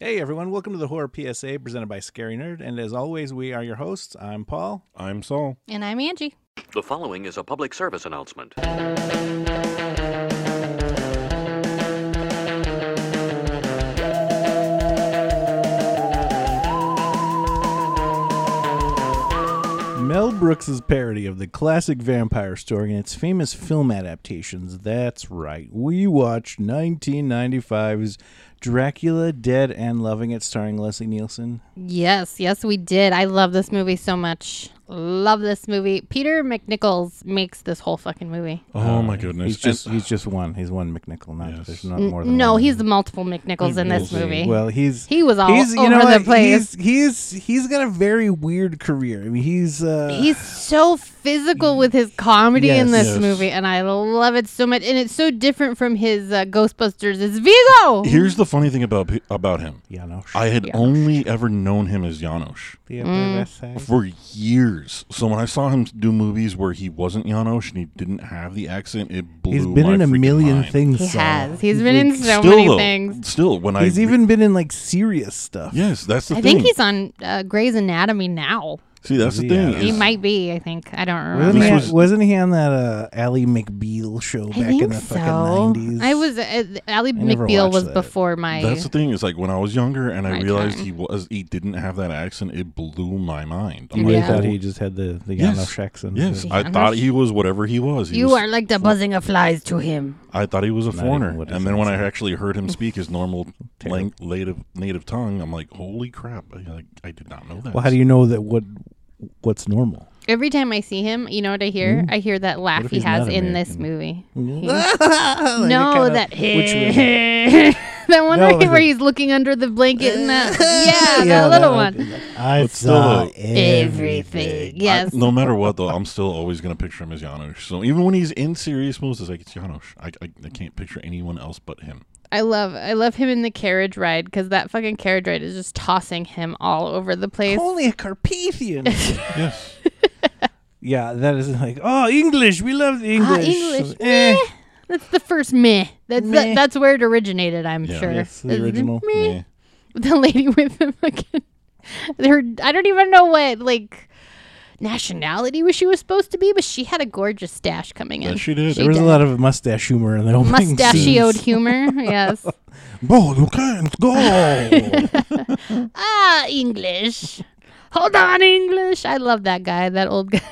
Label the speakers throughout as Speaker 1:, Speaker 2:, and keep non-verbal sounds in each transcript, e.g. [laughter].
Speaker 1: Hey everyone, welcome to the Horror PSA presented by Scary Nerd. And as always, we are your hosts. I'm Paul.
Speaker 2: I'm Saul.
Speaker 3: And I'm Angie.
Speaker 4: The following is a public service announcement.
Speaker 1: Mel Brooks's parody of the classic vampire story and its famous film adaptations. That's right. We watched 1995's Dracula Dead and Loving It starring Leslie Nielsen.
Speaker 3: Yes, yes, we did. I love this movie so much. Love this movie. Peter McNichols makes this whole fucking movie.
Speaker 2: Oh my goodness!
Speaker 1: Uh, He's just
Speaker 2: And-
Speaker 1: he's just one. He's one McNichol. Not
Speaker 2: Yes.
Speaker 1: there's not more than
Speaker 3: No,
Speaker 1: one.
Speaker 3: he's the multiple McNichols in this
Speaker 2: He will be.
Speaker 3: movie.
Speaker 1: Well, he's
Speaker 3: He was all
Speaker 1: he's, you
Speaker 3: over
Speaker 1: know
Speaker 3: the
Speaker 1: what?
Speaker 3: place.
Speaker 1: He's he's he's got a very weird career. I mean, he's uh,
Speaker 3: He's so physical with his comedy in
Speaker 1: Yes.
Speaker 3: this
Speaker 2: Yes.
Speaker 3: movie, and I love it so much. And it's so different from his uh, Ghostbusters. It's Vigo.
Speaker 2: here's the funny thing about about him.
Speaker 1: yeah, no, sh-
Speaker 2: I had only ever known him as Janosch
Speaker 1: the
Speaker 3: Mm.
Speaker 1: upper west side.
Speaker 2: for years. So when I saw him do movies where he wasn't Janosch and he didn't have the accent, it blew.
Speaker 1: He's been
Speaker 2: my
Speaker 1: in a
Speaker 2: freaking
Speaker 1: million
Speaker 2: mind.
Speaker 1: things.
Speaker 3: He
Speaker 1: Saul.
Speaker 3: has. He's been in so
Speaker 2: still,
Speaker 3: many
Speaker 2: though,
Speaker 3: things.
Speaker 2: Still, when
Speaker 1: He's
Speaker 2: I
Speaker 1: even been in like serious stuff.
Speaker 2: yes, that's the
Speaker 3: I
Speaker 2: thing.
Speaker 3: think he's on uh, Grey's Anatomy now.
Speaker 2: See, that's the
Speaker 1: Yeah.
Speaker 2: thing.
Speaker 3: He
Speaker 2: is-
Speaker 3: might be. I think. I don't remember.
Speaker 1: Wasn't he,
Speaker 2: This
Speaker 1: on-
Speaker 2: was-
Speaker 1: wasn't he on that uh, Ally McBeal show
Speaker 3: I
Speaker 1: back
Speaker 3: think
Speaker 1: in the
Speaker 3: so.
Speaker 1: fucking nineties?
Speaker 3: I was uh, Ali
Speaker 1: never
Speaker 3: McBeal
Speaker 1: watched
Speaker 3: was
Speaker 1: that.
Speaker 3: before my.
Speaker 2: That's the thing is like when I was younger and I
Speaker 3: My
Speaker 2: realized
Speaker 3: time.
Speaker 2: he was he didn't have that accent, it blew my mind. I'm
Speaker 1: You
Speaker 2: like,
Speaker 1: really
Speaker 3: Yeah.
Speaker 1: thought he just had the the
Speaker 2: Yes.
Speaker 1: Janosch accent.
Speaker 2: Yes,
Speaker 3: Yeah,
Speaker 2: I
Speaker 3: I'm
Speaker 2: thought
Speaker 3: not-
Speaker 2: he was whatever he was. He
Speaker 3: you
Speaker 2: was-
Speaker 3: are like the buzzing of flies to him.
Speaker 2: I thought he was a
Speaker 1: even
Speaker 2: foreigner,
Speaker 1: what his
Speaker 2: and then when I
Speaker 1: accent.
Speaker 2: actually heard him speak his normal
Speaker 1: [laughs] Terrible.
Speaker 2: lang- native native tongue, I'm like, holy crap! I, like, I did not know that.
Speaker 1: Well, how do you know that what what's normal?
Speaker 3: Every time I see him, you know what I hear? I hear that laugh
Speaker 1: Hmm? if
Speaker 3: he
Speaker 1: he's
Speaker 3: has
Speaker 1: not
Speaker 3: in this
Speaker 1: American?
Speaker 3: movie.
Speaker 1: [laughs]
Speaker 3: Hmm?
Speaker 1: kinda-
Speaker 3: no, that
Speaker 1: which
Speaker 3: [laughs] that one
Speaker 1: No,
Speaker 3: right
Speaker 1: it-
Speaker 3: where he's looking under the
Speaker 1: [laughs]
Speaker 3: blanket and that
Speaker 1: Yeah,
Speaker 3: yeah, that little
Speaker 1: that
Speaker 3: one.
Speaker 1: I
Speaker 2: still,
Speaker 1: saw
Speaker 2: though,
Speaker 3: Everything.
Speaker 2: I-
Speaker 3: Yes.
Speaker 2: no matter what, though, I'm still always gonna picture him as Janosch. So even when he's in serious moves, it's like it's Janosch. I, I, I can't picture anyone else but him.
Speaker 3: I love I love him in the carriage ride because that fucking carriage ride is just tossing him all over the place.
Speaker 1: Only a
Speaker 3: [laughs]
Speaker 1: Carpathian.
Speaker 2: Yes,
Speaker 1: yeah, that is like oh English. We love the English.
Speaker 3: Ah, English,
Speaker 1: Eh.
Speaker 3: That's the first meh. That's
Speaker 1: Meh.
Speaker 3: That, that's where it originated, I'm
Speaker 2: Yeah.
Speaker 3: sure.
Speaker 1: Yes, the
Speaker 3: Is it
Speaker 1: original.
Speaker 3: meh?
Speaker 2: Meh.
Speaker 3: the lady with the fucking her I don't even know what like nationality was she was supposed to be, but she had a gorgeous stash coming in.
Speaker 2: Yes, she did.
Speaker 1: There was a lot of mustache humor in the opening
Speaker 3: Mustachioed
Speaker 1: scenes. [laughs]
Speaker 3: humor, yes.
Speaker 1: Bo, you can't go.
Speaker 3: Ah, English. Hold on, English. I love that guy, that old guy.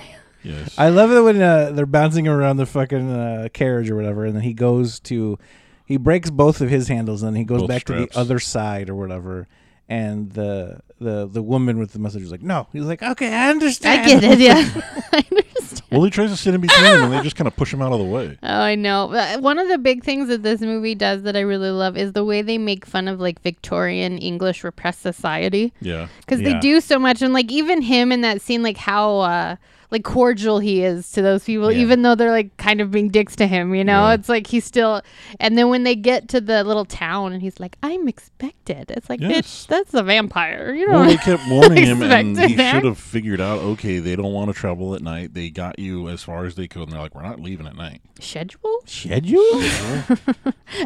Speaker 2: yes,
Speaker 1: [laughs] I love it when uh, they're bouncing around the fucking uh, carriage or whatever, and then he goes to, he breaks both of his handles, and then he goes
Speaker 2: Both
Speaker 1: back to
Speaker 2: straps.
Speaker 1: the other side or whatever. And the the the woman with the message is like, no. He's like, okay, I understand.
Speaker 3: I get it, yeah. [laughs] I understand.
Speaker 2: well, he tries to sit in between, them, and they just kind of push him out of the way.
Speaker 3: Oh, I know. Uh, One of the big things that this movie does that I really love is the way they make fun of like Victorian English repressed society.
Speaker 2: Yeah,
Speaker 3: because
Speaker 1: Yeah.
Speaker 3: they do so much and like even him in that scene like how uh like cordial he is to those people
Speaker 1: Yeah.
Speaker 3: even though they're like kind of being dicks to him you know it's like he's still and then when they get to the little town and he's like i'm expected it's like
Speaker 2: Yes.
Speaker 3: bitch that's a vampire you know
Speaker 2: Well, they kept warning him, and
Speaker 3: Expected
Speaker 2: he
Speaker 3: that.
Speaker 2: should have figured out. Okay, they don't want to travel at night. They got you as far as they could, and they're like, "We're not leaving at night."
Speaker 3: [laughs] schedule
Speaker 1: Schedule?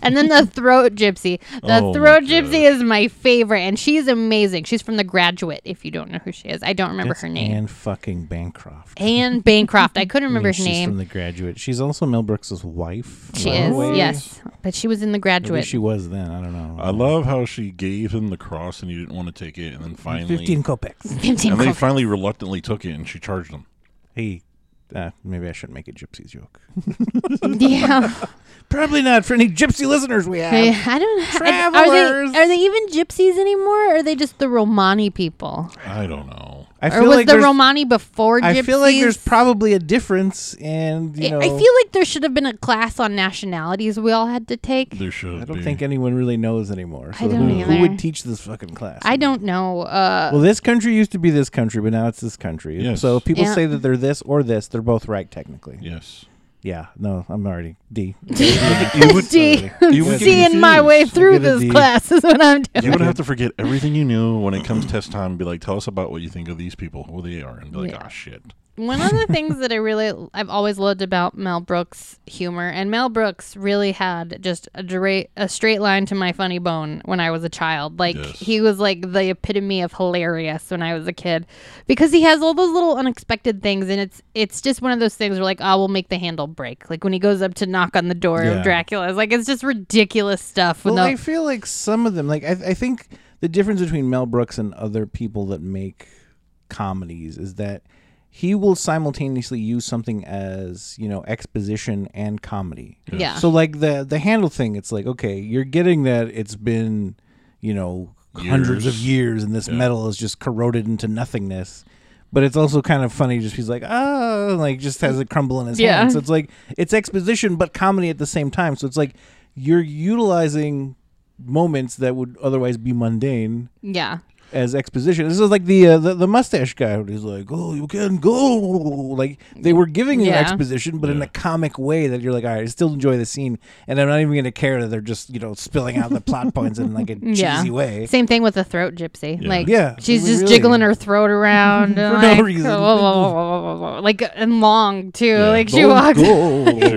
Speaker 3: and
Speaker 1: [laughs]
Speaker 3: then the throat gypsy the
Speaker 2: Oh my
Speaker 3: throat
Speaker 2: God.
Speaker 3: gypsy is my favorite and she's amazing she's from the graduate if you don't know who she is i don't remember her name
Speaker 1: And fucking Bancroft.
Speaker 3: anne bancroft i couldn't
Speaker 1: [laughs]
Speaker 3: remember
Speaker 1: I mean,
Speaker 3: her
Speaker 1: she's
Speaker 3: name
Speaker 1: from The Graduate. She's also Mel Brooks's wife.
Speaker 3: she
Speaker 1: in a
Speaker 3: is
Speaker 1: way.
Speaker 3: yes but she was in
Speaker 1: At
Speaker 3: the
Speaker 1: least
Speaker 3: graduate [laughs]
Speaker 1: she was then. I don't know.
Speaker 2: I love how she gave him the cross, and he didn't want to take it, and then finally,
Speaker 1: Fifteen kopecks.
Speaker 2: and they finally reluctantly took it, and she charged him.
Speaker 1: Hey, uh, maybe I shouldn't make a gypsy joke.
Speaker 3: [laughs] yeah.
Speaker 1: Probably not for any gypsy listeners we have.
Speaker 3: I, I don't know. Are
Speaker 1: Travelers.
Speaker 3: they, are they even gypsies anymore? Or are they just the Romani people?
Speaker 2: I don't know.
Speaker 1: I
Speaker 3: Or was the
Speaker 1: there's-
Speaker 3: Romani before gypsies?
Speaker 1: I feel like there's probably a difference, and you
Speaker 3: I-
Speaker 1: know,
Speaker 3: I feel like there should have been a class on nationalities we all had to take.
Speaker 2: There should.
Speaker 1: I
Speaker 2: be.
Speaker 1: don't think anyone really knows anymore. So
Speaker 3: I don't
Speaker 1: who, who
Speaker 3: either.
Speaker 1: would teach this fucking class?
Speaker 3: I don't know. Uh,
Speaker 1: Well, this country used to be this country, but now it's this country.
Speaker 2: Yes.
Speaker 1: So if people
Speaker 3: Yeah.
Speaker 1: say that they're this or this, they're both right technically. Yeah.
Speaker 2: Yes.
Speaker 1: no, I'm already D.
Speaker 2: You
Speaker 3: [laughs]
Speaker 2: would,
Speaker 3: D.
Speaker 2: you would get
Speaker 3: Seeing my way
Speaker 2: confused.
Speaker 3: through
Speaker 1: Give it
Speaker 3: this
Speaker 1: the-
Speaker 3: class is what I'm doing.
Speaker 2: You would have to forget everything you knew when it comes test time and be like, tell us about what you think of these people, who they are, and be like,
Speaker 3: Yeah.
Speaker 2: ah, shit.
Speaker 3: [laughs] One of the things that I really I've always loved about Mel Brooks' humor, and Mel Brooks really had just a dra- a straight line to my funny bone when I was a child. Like
Speaker 2: Yes.
Speaker 3: he was like the epitome of hilarious when I was a kid, because he has all those little unexpected things, and it's it's just one of those things where like oh we'll make the handle break. Like when he goes up to knock on the door
Speaker 1: Yeah.
Speaker 3: of Dracula's, like it's just ridiculous stuff. With
Speaker 1: Well,
Speaker 3: no,
Speaker 1: I feel like some of them, like I, I think the difference between Mel Brooks and other people that make comedies is that he will simultaneously use something as you know exposition and comedy.
Speaker 3: Yeah.
Speaker 1: So like the the handle thing, it's like okay, you're getting that it's been you know hundreds of
Speaker 2: Years.
Speaker 1: years, and this metal is just corroded into nothingness. But it's also kind of funny. Just he's like, oh, like just has it crumble in his
Speaker 3: Yeah.
Speaker 1: hand. So it's like it's exposition but comedy at the same time. So it's like you're utilizing moments that would otherwise be mundane
Speaker 3: yeah,
Speaker 1: as exposition. This is like the uh, the, the mustache guy who's like, "Oh, you can go." Like they were giving you
Speaker 3: Yeah.
Speaker 1: exposition, but in a comic way that you're like, "All right, I still enjoy the scene," and I'm not even going to care that they're just you know spilling out the plot points in like a
Speaker 3: [laughs] Yeah.
Speaker 1: cheesy way.
Speaker 3: same thing with the throat gypsy.
Speaker 2: Yeah.
Speaker 3: Like
Speaker 1: Yeah,
Speaker 3: She's
Speaker 1: we
Speaker 3: just
Speaker 1: really-
Speaker 3: jiggling her throat
Speaker 1: [laughs]
Speaker 3: around and
Speaker 1: For no
Speaker 3: like,
Speaker 1: reason.
Speaker 3: like and long too.
Speaker 2: Yeah.
Speaker 3: Like she
Speaker 1: Go,
Speaker 3: walks.
Speaker 2: She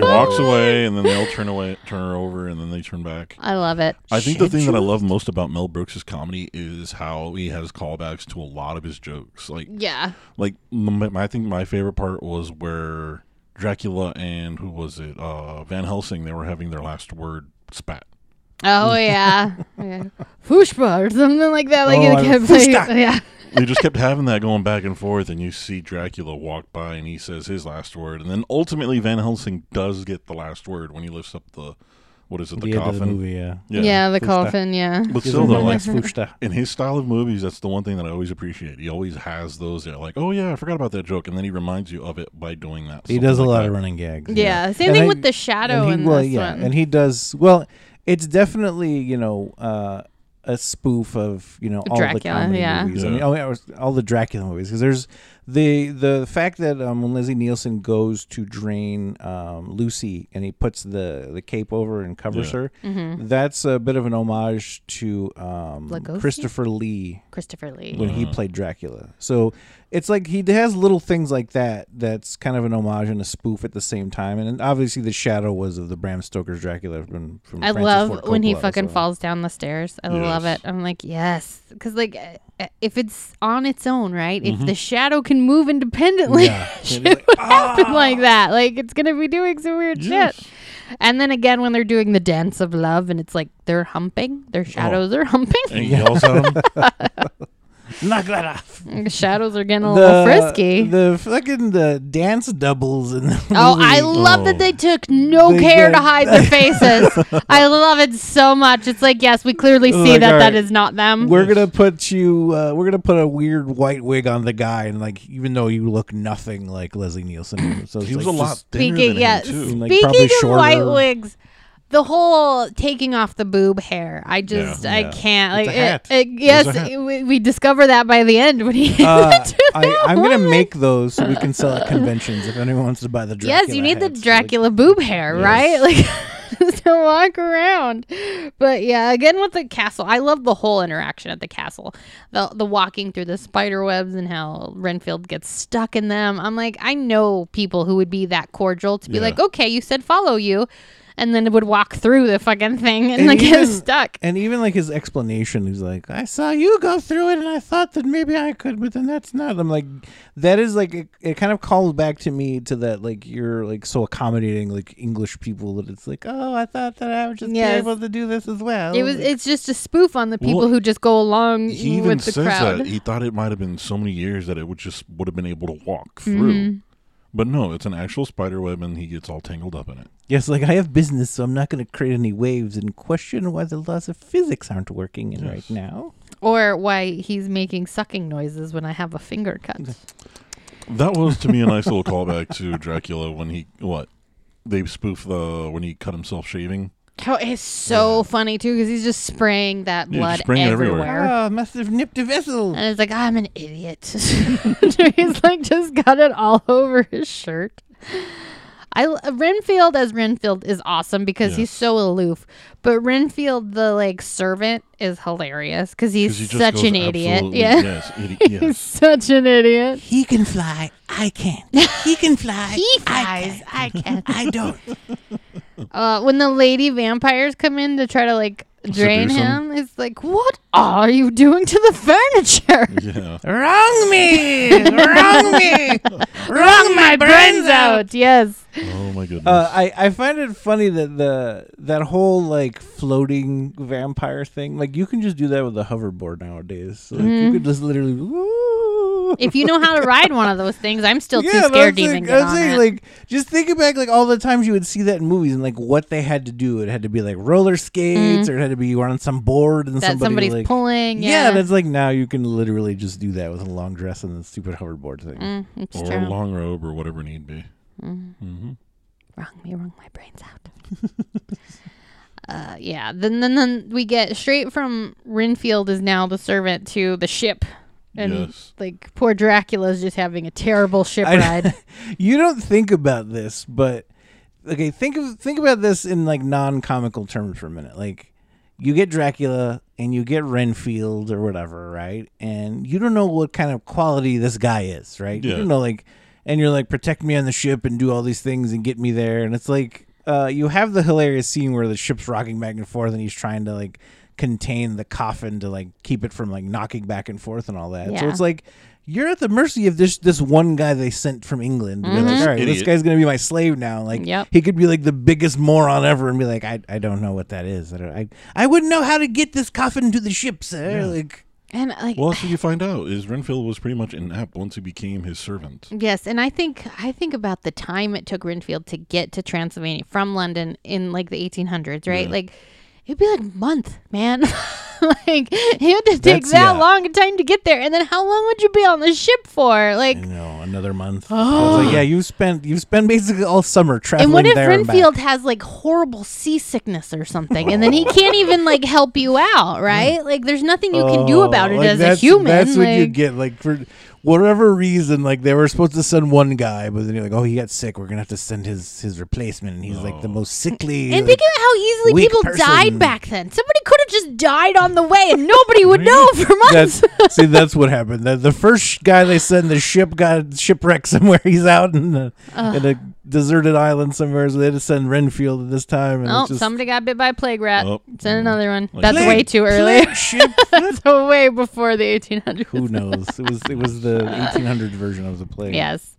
Speaker 1: go.
Speaker 2: walks away, and then they all turn away, turn her over, and then they turn back.
Speaker 3: I love it.
Speaker 2: I think the thing that I love most about Mel Brooks' comedy is how he has callbacks to a lot of his jokes. Like,
Speaker 3: Yeah,
Speaker 2: like m- my, I think my favorite part was where Dracula and who was it, uh, Van Helsing, they were having their last word spat. [laughs]
Speaker 3: Oh yeah, yeah. Fushba or something like that. Like
Speaker 1: Oh, I- [laughs]
Speaker 3: it kept like,
Speaker 1: Fushta.
Speaker 3: yeah,
Speaker 2: They just kept having that going back and forth, and you see Dracula walk by and he says his last word, and then ultimately Van Helsing does get the last word when he lifts up the what is it, the
Speaker 1: The end of
Speaker 2: coffin?
Speaker 1: the movie, yeah.
Speaker 3: yeah, the coffin. Yeah,
Speaker 2: But
Speaker 1: Gives
Speaker 2: still,
Speaker 1: him
Speaker 2: though,
Speaker 1: the
Speaker 2: like,
Speaker 1: next
Speaker 2: [laughs]
Speaker 1: fuchsia.
Speaker 2: in his style of movies, that's the one thing that I always appreciate. He always has those. They're like, oh yeah, I forgot about that joke, and then he reminds you of it by doing that.
Speaker 1: He
Speaker 2: something
Speaker 1: does a
Speaker 2: like
Speaker 1: lot
Speaker 2: that.
Speaker 1: of running gags.
Speaker 3: yeah. Same
Speaker 1: And
Speaker 3: thing
Speaker 1: I-
Speaker 3: with the shadow
Speaker 1: and he,
Speaker 3: in
Speaker 1: well,
Speaker 3: this
Speaker 1: yeah,
Speaker 3: one.
Speaker 1: and he does well. It's definitely you know uh, a spoof of you know all
Speaker 3: Dracula,
Speaker 1: the comedy
Speaker 3: yeah.
Speaker 1: movies. I
Speaker 2: Yeah.
Speaker 1: mean, oh, yeah, it was all the Dracula movies because there's the the fact that um, when Leslie Nielsen goes to drain um, Lucy and he puts the the cape over and covers
Speaker 2: Yeah.
Speaker 1: her, that's a bit of an homage to um,
Speaker 3: Mm-hmm. Lugosi?
Speaker 1: Christopher Lee
Speaker 3: Christopher Lee.
Speaker 1: when
Speaker 2: Uh-huh.
Speaker 1: he played Dracula. So it's like he has little things like that that's kind of an homage and a spoof at the same time. And obviously, the shadow was of the Bram Stoker's Dracula from, from
Speaker 3: I
Speaker 1: Francis
Speaker 3: love
Speaker 1: Ford
Speaker 3: when he
Speaker 1: Coppola,
Speaker 3: fucking
Speaker 1: so.
Speaker 3: falls down the stairs. I love
Speaker 2: Yes.
Speaker 3: it. I'm like, yes, because like uh, if it's on its own, right? If the shadow can move
Speaker 1: [laughs] Mm-hmm.
Speaker 3: independently, [laughs]
Speaker 1: Yeah.
Speaker 3: shit would
Speaker 2: "Ah,
Speaker 3: happen like that. Like it's gonna be doing some weird
Speaker 2: Yes.
Speaker 3: shit. And then again, when they're doing the dance of love, and it's like they're humping,
Speaker 1: Oh.
Speaker 3: their shadows are humping.
Speaker 2: And he yells
Speaker 1: [laughs]
Speaker 2: at him.
Speaker 1: Knock that off.
Speaker 3: shadows are getting a [laughs] little frisky.
Speaker 1: The fucking the dance doubles in the
Speaker 3: Oh, I
Speaker 1: movie. Uh,
Speaker 3: love
Speaker 2: Oh.
Speaker 3: that they took no
Speaker 1: They
Speaker 3: care
Speaker 1: did.
Speaker 3: to hide
Speaker 1: [laughs]
Speaker 3: their faces. I love it so much. It's like, yes, we clearly see
Speaker 1: Like,
Speaker 3: that
Speaker 1: all right,
Speaker 3: that is not them.
Speaker 1: Oh We're gonna put you. Uh, we're gonna put a weird white wig on the guy, and like, even though you look nothing like Leslie Nielsen, so it's
Speaker 2: He was a
Speaker 1: like
Speaker 2: lot
Speaker 1: just-
Speaker 2: thinner
Speaker 3: Speaking,
Speaker 2: than
Speaker 3: yeah,
Speaker 2: him too.
Speaker 1: Like, probably
Speaker 3: Speaking of
Speaker 1: shorter.
Speaker 3: white wigs, the whole taking off the boob hair, I just, I
Speaker 1: Yeah.
Speaker 3: can't. Like,
Speaker 1: It's a hat.
Speaker 3: It, it- yes,
Speaker 2: a hat.
Speaker 3: it- we, we discover that by the end when he. [laughs]
Speaker 1: Uh,
Speaker 3: went to
Speaker 1: I,
Speaker 3: that
Speaker 1: I'm gonna
Speaker 3: woman.
Speaker 1: make those so we can sell at conventions if anyone wants to buy the Dracula.
Speaker 3: Yes, you need the
Speaker 1: hats.
Speaker 3: Dracula boob hair, right? [laughs] Like just to walk around. But yeah, again with the castle, I love the whole interaction at the castle. The the walking through the spider webs and how Renfield gets stuck in them. I'm like, I know people who would be that cordial to be
Speaker 2: Yeah.
Speaker 3: like, okay, you said follow you, and then would walk through the fucking thing and,
Speaker 1: And
Speaker 3: like get
Speaker 1: even-
Speaker 3: stuck.
Speaker 1: And even like his explanation, he's like, "I saw you go through it, and I thought that maybe I could, but then that's not." I'm like, that is like it, it kind of calls back to me to that like you're like so accommodating like English people that it's like, "Oh, I thought that I would just
Speaker 3: Yes.
Speaker 1: be able to do this as well."
Speaker 3: It was it's just a spoof on the people
Speaker 2: Well,
Speaker 3: who just go along
Speaker 2: He even
Speaker 3: with the
Speaker 2: says
Speaker 3: crowd.
Speaker 2: that he thought it might have been so many years that it would just would have been able to walk
Speaker 3: Mm-hmm.
Speaker 2: through. But no, it's an actual spider web, and he gets all tangled up in it.
Speaker 1: yes, like I have business, so I'm not going to create any waves and question why the laws of physics aren't working in right now.
Speaker 3: Or why he's making sucking noises when I have a finger cut.
Speaker 2: That was to me a nice little callback to Dracula when he what they spoofed the when he cut himself shaving.
Speaker 3: Oh, it's so funny too because he's just spraying that
Speaker 2: Yeah,
Speaker 3: blood
Speaker 2: just spraying it
Speaker 3: everywhere.
Speaker 2: everywhere.
Speaker 1: Ah, must have nipped a vessel.
Speaker 3: And it's like, I'm an [laughs] idiot. he's like, just got it all over his shirt. I Renfield as Renfield is awesome because he's so aloof, but Renfield the like servant is hilarious because he's
Speaker 2: he just
Speaker 3: such
Speaker 2: goes
Speaker 3: an idiot.
Speaker 2: absolutely-
Speaker 3: Yeah, [laughs]
Speaker 2: Yes. Idi-
Speaker 3: he's
Speaker 2: yes.
Speaker 3: such an idiot.
Speaker 1: He can fly. I can't.
Speaker 3: [laughs]
Speaker 1: He can fly.
Speaker 3: He flies. I can.
Speaker 1: I don't.
Speaker 3: [laughs] Uh, when the lady vampires come in to try to like drain
Speaker 2: Seduce
Speaker 3: him,
Speaker 2: him.
Speaker 3: it's like, what are you doing to the furniture?
Speaker 2: yeah.
Speaker 1: Wrong me. Wrong
Speaker 3: [laughs]
Speaker 1: me.
Speaker 3: Wrong my brains out. Yes.
Speaker 2: Oh my goodness.
Speaker 1: Uh, I I find it funny that the that whole like floating vampire thing. Like you can just do that with a hoverboard nowadays. Like
Speaker 3: Mm-hmm.
Speaker 1: you could just literally. Woo.
Speaker 3: If you know how to ride one of those things, I'm still
Speaker 1: yeah,
Speaker 3: too
Speaker 1: but
Speaker 3: scared
Speaker 1: I'm
Speaker 3: to
Speaker 1: saying,
Speaker 3: even get
Speaker 1: I'm
Speaker 3: on
Speaker 1: saying,
Speaker 3: it.
Speaker 1: like, just thinking back, like all the times you would see that in movies, and like what they had to do, it had to be like roller skates, or it had to be you were on some board and
Speaker 3: Mm-hmm. that
Speaker 1: somebody
Speaker 3: somebody's
Speaker 1: like,
Speaker 3: pulling.
Speaker 1: Yeah.
Speaker 3: Yeah,
Speaker 1: that's like now you can literally just do that with a long dress and a stupid hoverboard thing.
Speaker 3: Mm, it's
Speaker 1: Oh,
Speaker 3: Mm-hmm.
Speaker 2: or a
Speaker 3: true.
Speaker 2: long robe or whatever need be. Mm-hmm.
Speaker 3: wrong me wrong my brains out [laughs] uh yeah then then then we get straight from renfield is now the servant to the ship and
Speaker 2: Yes.
Speaker 3: like poor dracula's just having a terrible ship
Speaker 1: I- [laughs]
Speaker 3: ride
Speaker 1: you don't think about this, but okay, think of think about this in like non-comical terms for a minute. Like you get Dracula and you get Renfield or whatever, right? And you don't know what kind of quality this guy is, right? You
Speaker 2: Yeah.
Speaker 1: don't know like and you're like protect me on the ship and do all these things and get me there and it's like uh, you have the hilarious scene where the ship's rocking back and forth and he's trying to like contain the coffin to like keep it from like knocking back and forth and all that. So
Speaker 3: Yeah.
Speaker 1: it's like you're at the mercy of this this one guy they sent from England. to be like, all right, this
Speaker 2: Idiot.
Speaker 1: guy's gonna be my slave now. Like,
Speaker 3: Mm-hmm. Yep.
Speaker 1: he could be like the biggest moron ever, and be like, I, I don't know what that is. I, don't, I I wouldn't know how to get this coffin to the ship, sir. Like,
Speaker 3: and like
Speaker 2: Well, that's what you find out is Renfield was pretty much inept once he became his servant.
Speaker 3: Yes, and I think I think about the time it took Renfield to get to Transylvania from London in like the 1800s, right? Like it'd be like a month, man. [laughs] like he had to take
Speaker 1: That's- yeah.
Speaker 3: that long a time to get there, and then how long would you be on the ship for? Like,
Speaker 1: you know, another month. I was like, yeah, you've spent you've spent basically all summer traveling
Speaker 3: Oh. and what if
Speaker 1: there
Speaker 3: Renfield
Speaker 1: and back.
Speaker 3: has like horrible seasickness or something, and
Speaker 1: [laughs]
Speaker 3: then he can't even like help you out, right? Like, there's nothing you can do about
Speaker 1: Oh,
Speaker 3: it
Speaker 1: like,
Speaker 3: as a
Speaker 1: that's-
Speaker 3: human.
Speaker 1: That's what you
Speaker 3: like-
Speaker 1: get. Like for whatever reason, like they were supposed to send one guy, but then you're like, oh, he got sick. We're gonna have to send his his replacement, and he's like the most sickly.
Speaker 3: And
Speaker 1: like,
Speaker 3: think about how easily
Speaker 1: weak
Speaker 3: people
Speaker 1: person.
Speaker 3: died back then. Somebody could have just died on the way, and
Speaker 1: [laughs]
Speaker 3: nobody would know for months. [laughs]
Speaker 1: That's see, that's what happened. The, the first guy they sent, the ship got shipwrecked [laughs] somewhere. He's out in a, in a deserted island somewhere, so they had to send Renfield at this time. And
Speaker 3: Oh,
Speaker 1: it's just,
Speaker 3: somebody got bit by a plague rat.
Speaker 2: Oh.
Speaker 3: Send another one.
Speaker 2: Like-
Speaker 3: That's
Speaker 2: Plague-
Speaker 3: way too early. [laughs]
Speaker 1: Plague ship.
Speaker 3: That's way before the 1800s.
Speaker 1: Who knows? It was it was the 1800 version of the plague.
Speaker 3: Yes.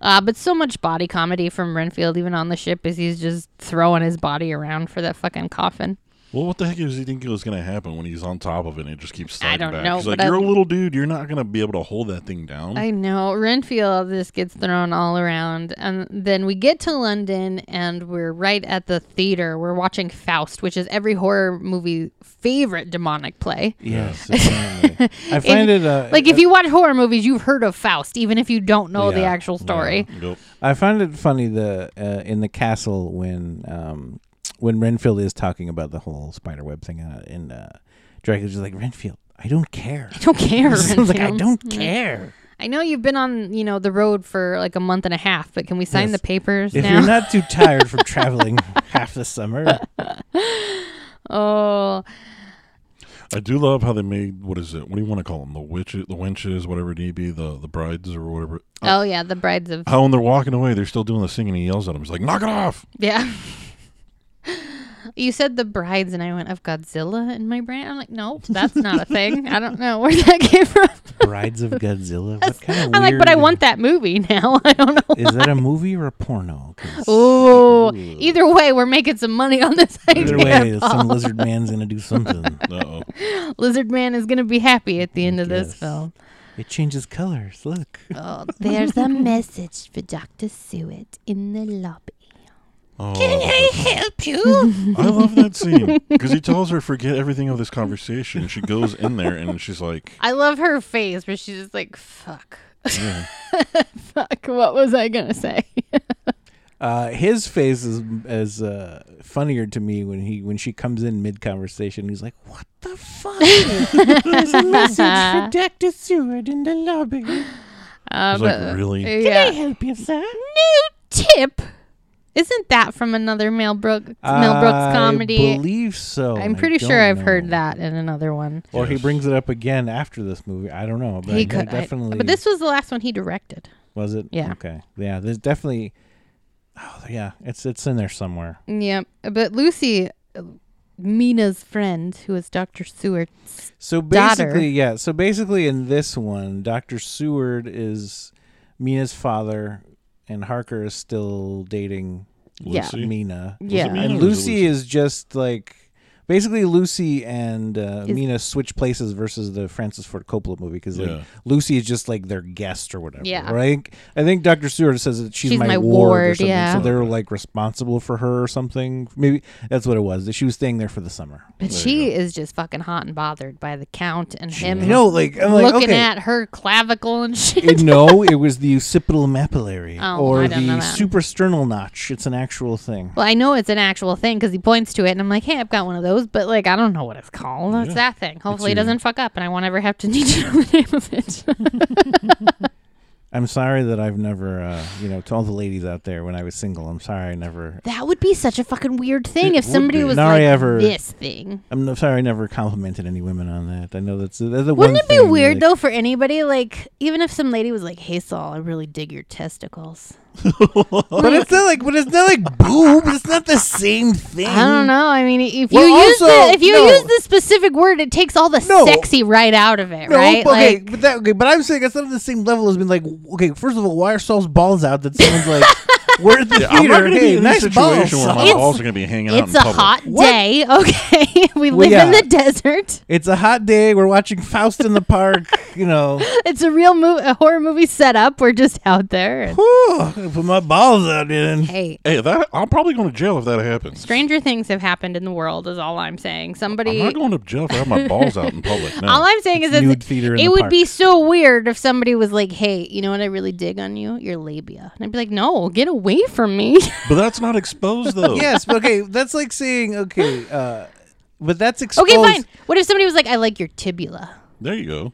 Speaker 3: Uh, but so much body comedy from Renfield, even on the ship, is he's just throwing his body around for that fucking coffin.
Speaker 2: Well, what the heck does he think was going to happen when he's on top of it and it just keeps
Speaker 3: I
Speaker 2: sliding
Speaker 3: don't
Speaker 2: back?
Speaker 3: know,
Speaker 2: He's like,
Speaker 3: but I-
Speaker 2: you're a little dude. You're not going to be able to hold that thing
Speaker 1: Mm.
Speaker 2: down.
Speaker 3: I know. Renfield just gets thrown all around. And then we get to London and we're right at the theater. We're watching Faust, which is every horror movie favorite demonic play. [laughs]
Speaker 1: Yes. apparently. I find it uh,
Speaker 3: Like if you watch horror movies, you've heard of Faust, even if you don't know the
Speaker 1: Yeah.
Speaker 3: actual story.
Speaker 2: Yep.
Speaker 1: I find it funny the uh, in the castle when um, when Renfield is talking about the whole spider web thing uh, and uh, Dracula's just like Renfield, I don't care.
Speaker 3: I [laughs] don't
Speaker 1: [laughs]
Speaker 3: care.
Speaker 1: He's like I
Speaker 3: Renfield.
Speaker 1: don't care.
Speaker 3: I know you've been on, you know, the road for like a month and a half, but can we sign
Speaker 1: Yes.
Speaker 3: the papers
Speaker 1: If
Speaker 3: now?
Speaker 1: you're not too tired from traveling half the summer,
Speaker 3: [laughs] oh,
Speaker 2: I do love how they made what is it? What do you want to call them? The witches, the wenches, whatever it need be, the the brides or whatever.
Speaker 3: oh yeah, the brides of
Speaker 2: How when they're walking away, they're still doing the singing. He yells at him. He's like, "Knock it
Speaker 3: [laughs]
Speaker 2: off!"
Speaker 3: yeah. you said the brides, and I went of Godzilla in my brain. I'm like, no, that's not a thing. I don't know where that came from. [laughs]
Speaker 1: Brides of Godzilla. What kind of weird?
Speaker 3: I'm like, but I want that movie now. [laughs] I don't know.
Speaker 1: Is that a movie or a porno? 'Cause
Speaker 3: Ooh. Either way, we're making some money on this idea.
Speaker 1: Either way,
Speaker 3: Paul.
Speaker 1: some lizard man's gonna do something.
Speaker 2: Uh oh.
Speaker 3: [laughs] Lizard Man is going to be happy at the end of this
Speaker 1: Yes.
Speaker 3: film.
Speaker 1: It changes colors. Look.
Speaker 3: [laughs] Oh, there's [laughs] a message for Dr. Sewitt in the lobby.
Speaker 1: Oh,
Speaker 2: I
Speaker 3: Help you.
Speaker 2: Oh. love that scene because he tells her forget everything of this conversation. She goes in there and she's
Speaker 3: [laughs]
Speaker 2: like,
Speaker 3: [laughs] I love her face where she's just like, fuck.
Speaker 2: yeah.
Speaker 3: [laughs] Fuck, what was I going to say?
Speaker 1: Uh, his face is is uh, funnier to me when he when she comes in mid conversation. He's like, "What the
Speaker 3: [laughs]
Speaker 1: fuck?" There's a message for Doctor Seward in the lobby.
Speaker 3: Uh,
Speaker 2: He's like, "Really?"
Speaker 1: Can I
Speaker 3: Yeah.
Speaker 1: help you, sir?
Speaker 3: New tip Isn't that from another Mel Brooks, Mel Brooks comedy?
Speaker 1: I believe so.
Speaker 3: I'm
Speaker 1: I
Speaker 3: pretty
Speaker 1: don't
Speaker 3: sure I've
Speaker 1: know.
Speaker 3: heard that in another one.
Speaker 1: Or he
Speaker 2: Yes.
Speaker 1: brings it up again after this movie. I don't know, but I
Speaker 3: he
Speaker 1: know
Speaker 3: could I-
Speaker 1: definitely.
Speaker 3: but this was the last one he directed.
Speaker 1: was it.
Speaker 3: yeah.
Speaker 1: Okay. Yeah. There's definitely. Oh yeah, it's it's in there somewhere.
Speaker 3: Yep. But Lucy, uh, Mina's friend, who is Dr. Seward,
Speaker 1: So
Speaker 3: Daughter.
Speaker 1: basically, yeah. So basically, in this one, Doctor Seward is Mina's father, and Harker is still dating
Speaker 3: Yeah.
Speaker 2: Lucy?
Speaker 1: Mina.
Speaker 2: Was it
Speaker 3: Yeah.
Speaker 2: Mina
Speaker 1: and
Speaker 2: or was it
Speaker 1: Lucy is just like basically Lucy and uh,
Speaker 3: Is-
Speaker 1: Mina switch places versus the Francis Ford Coppola movie because like,
Speaker 2: Yeah.
Speaker 1: Lucy is just like their guest or whatever.
Speaker 3: Yeah.
Speaker 1: Right. I think Doctor Stewart says that she's,
Speaker 3: She's
Speaker 1: my,
Speaker 3: my
Speaker 1: ward. or
Speaker 3: ward,
Speaker 1: something,
Speaker 3: yeah.
Speaker 1: So they're like responsible for her or something. Maybe that's what it was. That she was staying there for the summer.
Speaker 3: but she is just fucking hot and bothered by the count and him
Speaker 1: You know, like I'm like
Speaker 3: looking
Speaker 1: okay. [laughs] Mm.
Speaker 3: at her clavicle and shit.
Speaker 1: It- no, it was the occipital mapillary
Speaker 3: Oh,
Speaker 1: or
Speaker 3: I don't know
Speaker 1: the
Speaker 3: that.
Speaker 1: suprasternal notch. It's an actual thing.
Speaker 3: [laughs] Well, I know it's an actual thing because he points to it, and I'm like, "Hey, I've got one of those," but like, I don't know what it's called. It's that thing. Hopefully, it
Speaker 2: your-
Speaker 3: doesn't fuck up, and I won't ever have to [laughs] need to know the name of it. [laughs]
Speaker 1: I'm sorry that I've never, uh, you know, to all the ladies out there when I was single, I'm sorry I never,
Speaker 3: that would be such a fucking weird thing
Speaker 2: It
Speaker 3: if
Speaker 2: would
Speaker 3: somebody
Speaker 2: be.
Speaker 3: was
Speaker 1: Nari
Speaker 3: like
Speaker 1: ever-
Speaker 3: this thing.
Speaker 1: I'm no- sorry I never complimented any women on that. I know that's, that's the one
Speaker 3: Wouldn't it be
Speaker 1: thing,
Speaker 3: weird
Speaker 1: like-
Speaker 3: though for anybody? Like, even if some lady was like, "Hey, Saul, I really dig your testicles."
Speaker 1: But it's not like, but it's not like boobs. It's not the same thing.
Speaker 3: I don't know. I mean, if
Speaker 1: Well,
Speaker 3: you use
Speaker 1: also-
Speaker 3: the if you
Speaker 1: no.
Speaker 3: use the specific word, it takes all the
Speaker 1: No.
Speaker 3: sexy right out of it,
Speaker 1: No,
Speaker 3: right?
Speaker 1: but okay,
Speaker 3: Like,
Speaker 1: but that, okay, but I'm saying it's not on the same level as being like, okay, first of all, why are Saul's balls out? That someone's like,
Speaker 3: [laughs]
Speaker 1: we're at the
Speaker 2: Yeah, I'm not
Speaker 1: theater.
Speaker 2: going to
Speaker 1: Hey,
Speaker 2: be in
Speaker 1: nice
Speaker 2: this
Speaker 1: balls,
Speaker 2: situation where
Speaker 1: Saul.
Speaker 2: my
Speaker 3: It's-
Speaker 2: balls are going to be hanging out
Speaker 3: it's
Speaker 2: in
Speaker 3: a
Speaker 2: public.
Speaker 3: hot
Speaker 1: What?
Speaker 3: day. [laughs] Okay, we
Speaker 1: Well,
Speaker 3: live in
Speaker 1: yeah.
Speaker 3: the desert. [laughs]
Speaker 1: It's a hot day. We're watching Faust in the park. You know,
Speaker 3: [laughs] It's a real movie, a horror movie setup. We're just out there. and-
Speaker 1: Whew, I put my balls out in.
Speaker 3: hey,
Speaker 2: Hey, that I'm probably going to jail if that happens.
Speaker 3: stranger things have happened in the world. Is all I'm saying.
Speaker 2: I'm
Speaker 3: Somebody.
Speaker 2: not going to jail for having my balls out in
Speaker 3: [laughs]
Speaker 2: public. No.
Speaker 3: all I'm saying is
Speaker 1: Nude
Speaker 3: that
Speaker 1: theater in
Speaker 3: it
Speaker 1: the
Speaker 3: would
Speaker 1: park.
Speaker 3: be so weird if somebody was like, "Hey, you know what I really dig on you? Your labia." And I'd be like, "No, get away from me." [laughs]
Speaker 2: but that's not exposed
Speaker 1: [laughs]
Speaker 2: though.
Speaker 1: Yes, but okay, that's like saying okay, uh, but that's exposed.
Speaker 3: okay, fine. What if somebody was like, "I like your tibula."
Speaker 2: There you go.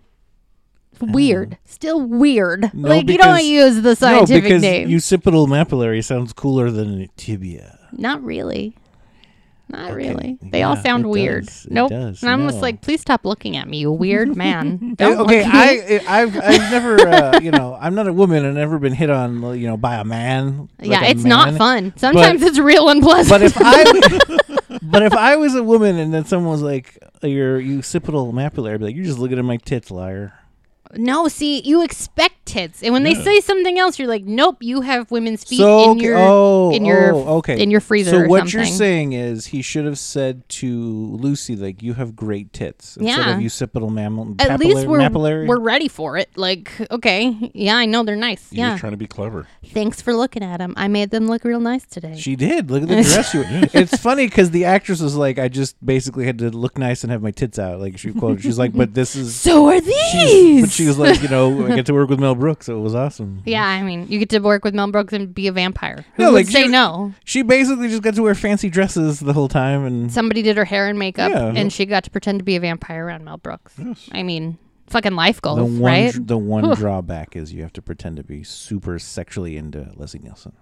Speaker 3: Weird. Still weird.
Speaker 1: Uh, No,
Speaker 3: like you
Speaker 1: because-
Speaker 3: don't use the
Speaker 1: No,
Speaker 3: scientific
Speaker 1: because
Speaker 3: name.
Speaker 1: occipital mapillary sounds cooler than tibia.
Speaker 3: Not really. Not really. They all
Speaker 1: Yeah,
Speaker 3: sound
Speaker 1: it
Speaker 3: weird.
Speaker 1: does. It
Speaker 3: nope.
Speaker 1: does.
Speaker 3: And I'm just
Speaker 1: No.
Speaker 3: like, please stop looking at me,
Speaker 1: [laughs]
Speaker 3: you weird man.
Speaker 1: Uh,
Speaker 3: Don't look
Speaker 1: okay,
Speaker 3: at me.
Speaker 1: I I- I've I've never uh, you know I'm not a woman and never been hit on you know by a man. like
Speaker 3: yeah,
Speaker 1: a
Speaker 3: it's not
Speaker 1: man.
Speaker 3: fun. Sometimes it's real unpleasant.
Speaker 1: But if [laughs] I but if I was a woman and then someone was like uh, your occipital mapillary, I'd be like you're just looking at my tits, liar.
Speaker 3: [laughs] no, see, you expect tits, and when they say something else, you're like, nope, you have women's feet in
Speaker 1: okay-
Speaker 3: your
Speaker 1: oh,
Speaker 3: in your
Speaker 1: oh, okay
Speaker 3: in your freezer.
Speaker 1: So
Speaker 3: or
Speaker 1: what
Speaker 3: something.
Speaker 1: you're saying is he should have said to Lucy like you have great tits instead
Speaker 3: Yeah.
Speaker 1: of occipital mammal.
Speaker 3: At
Speaker 1: papillary,
Speaker 3: least we're
Speaker 1: mapillary.
Speaker 3: we're ready for it. Like, okay, yeah, I know they're nice.
Speaker 2: You're
Speaker 3: yeah,
Speaker 2: trying to be clever.
Speaker 3: thanks for looking at them. I made them look real nice today.
Speaker 1: She did.
Speaker 3: [laughs]
Speaker 1: Look at the dress you. It's funny because the actress was like, I just basically had to look nice and have my tits out. Like she quoted, she's like, but this
Speaker 3: [laughs]
Speaker 1: is.
Speaker 3: so are these?
Speaker 1: But she was like, you know,
Speaker 3: [laughs]
Speaker 1: I get to work with Mel Brooks, so it was awesome.
Speaker 3: Yeah, I mean, you get to work with Mel Brooks and be a vampire. Who
Speaker 1: No,
Speaker 3: would
Speaker 1: like,
Speaker 3: say
Speaker 1: you-
Speaker 3: no?
Speaker 1: She basically just got to wear fancy dresses the whole time, and
Speaker 3: Somebody did her hair and makeup,
Speaker 1: Yeah.
Speaker 3: and she got to pretend to be a vampire around Mel Brooks. I mean, fucking life goals,
Speaker 1: the one
Speaker 3: right?
Speaker 1: the one drawback is you have to pretend to be super sexually into Leslie Nielsen.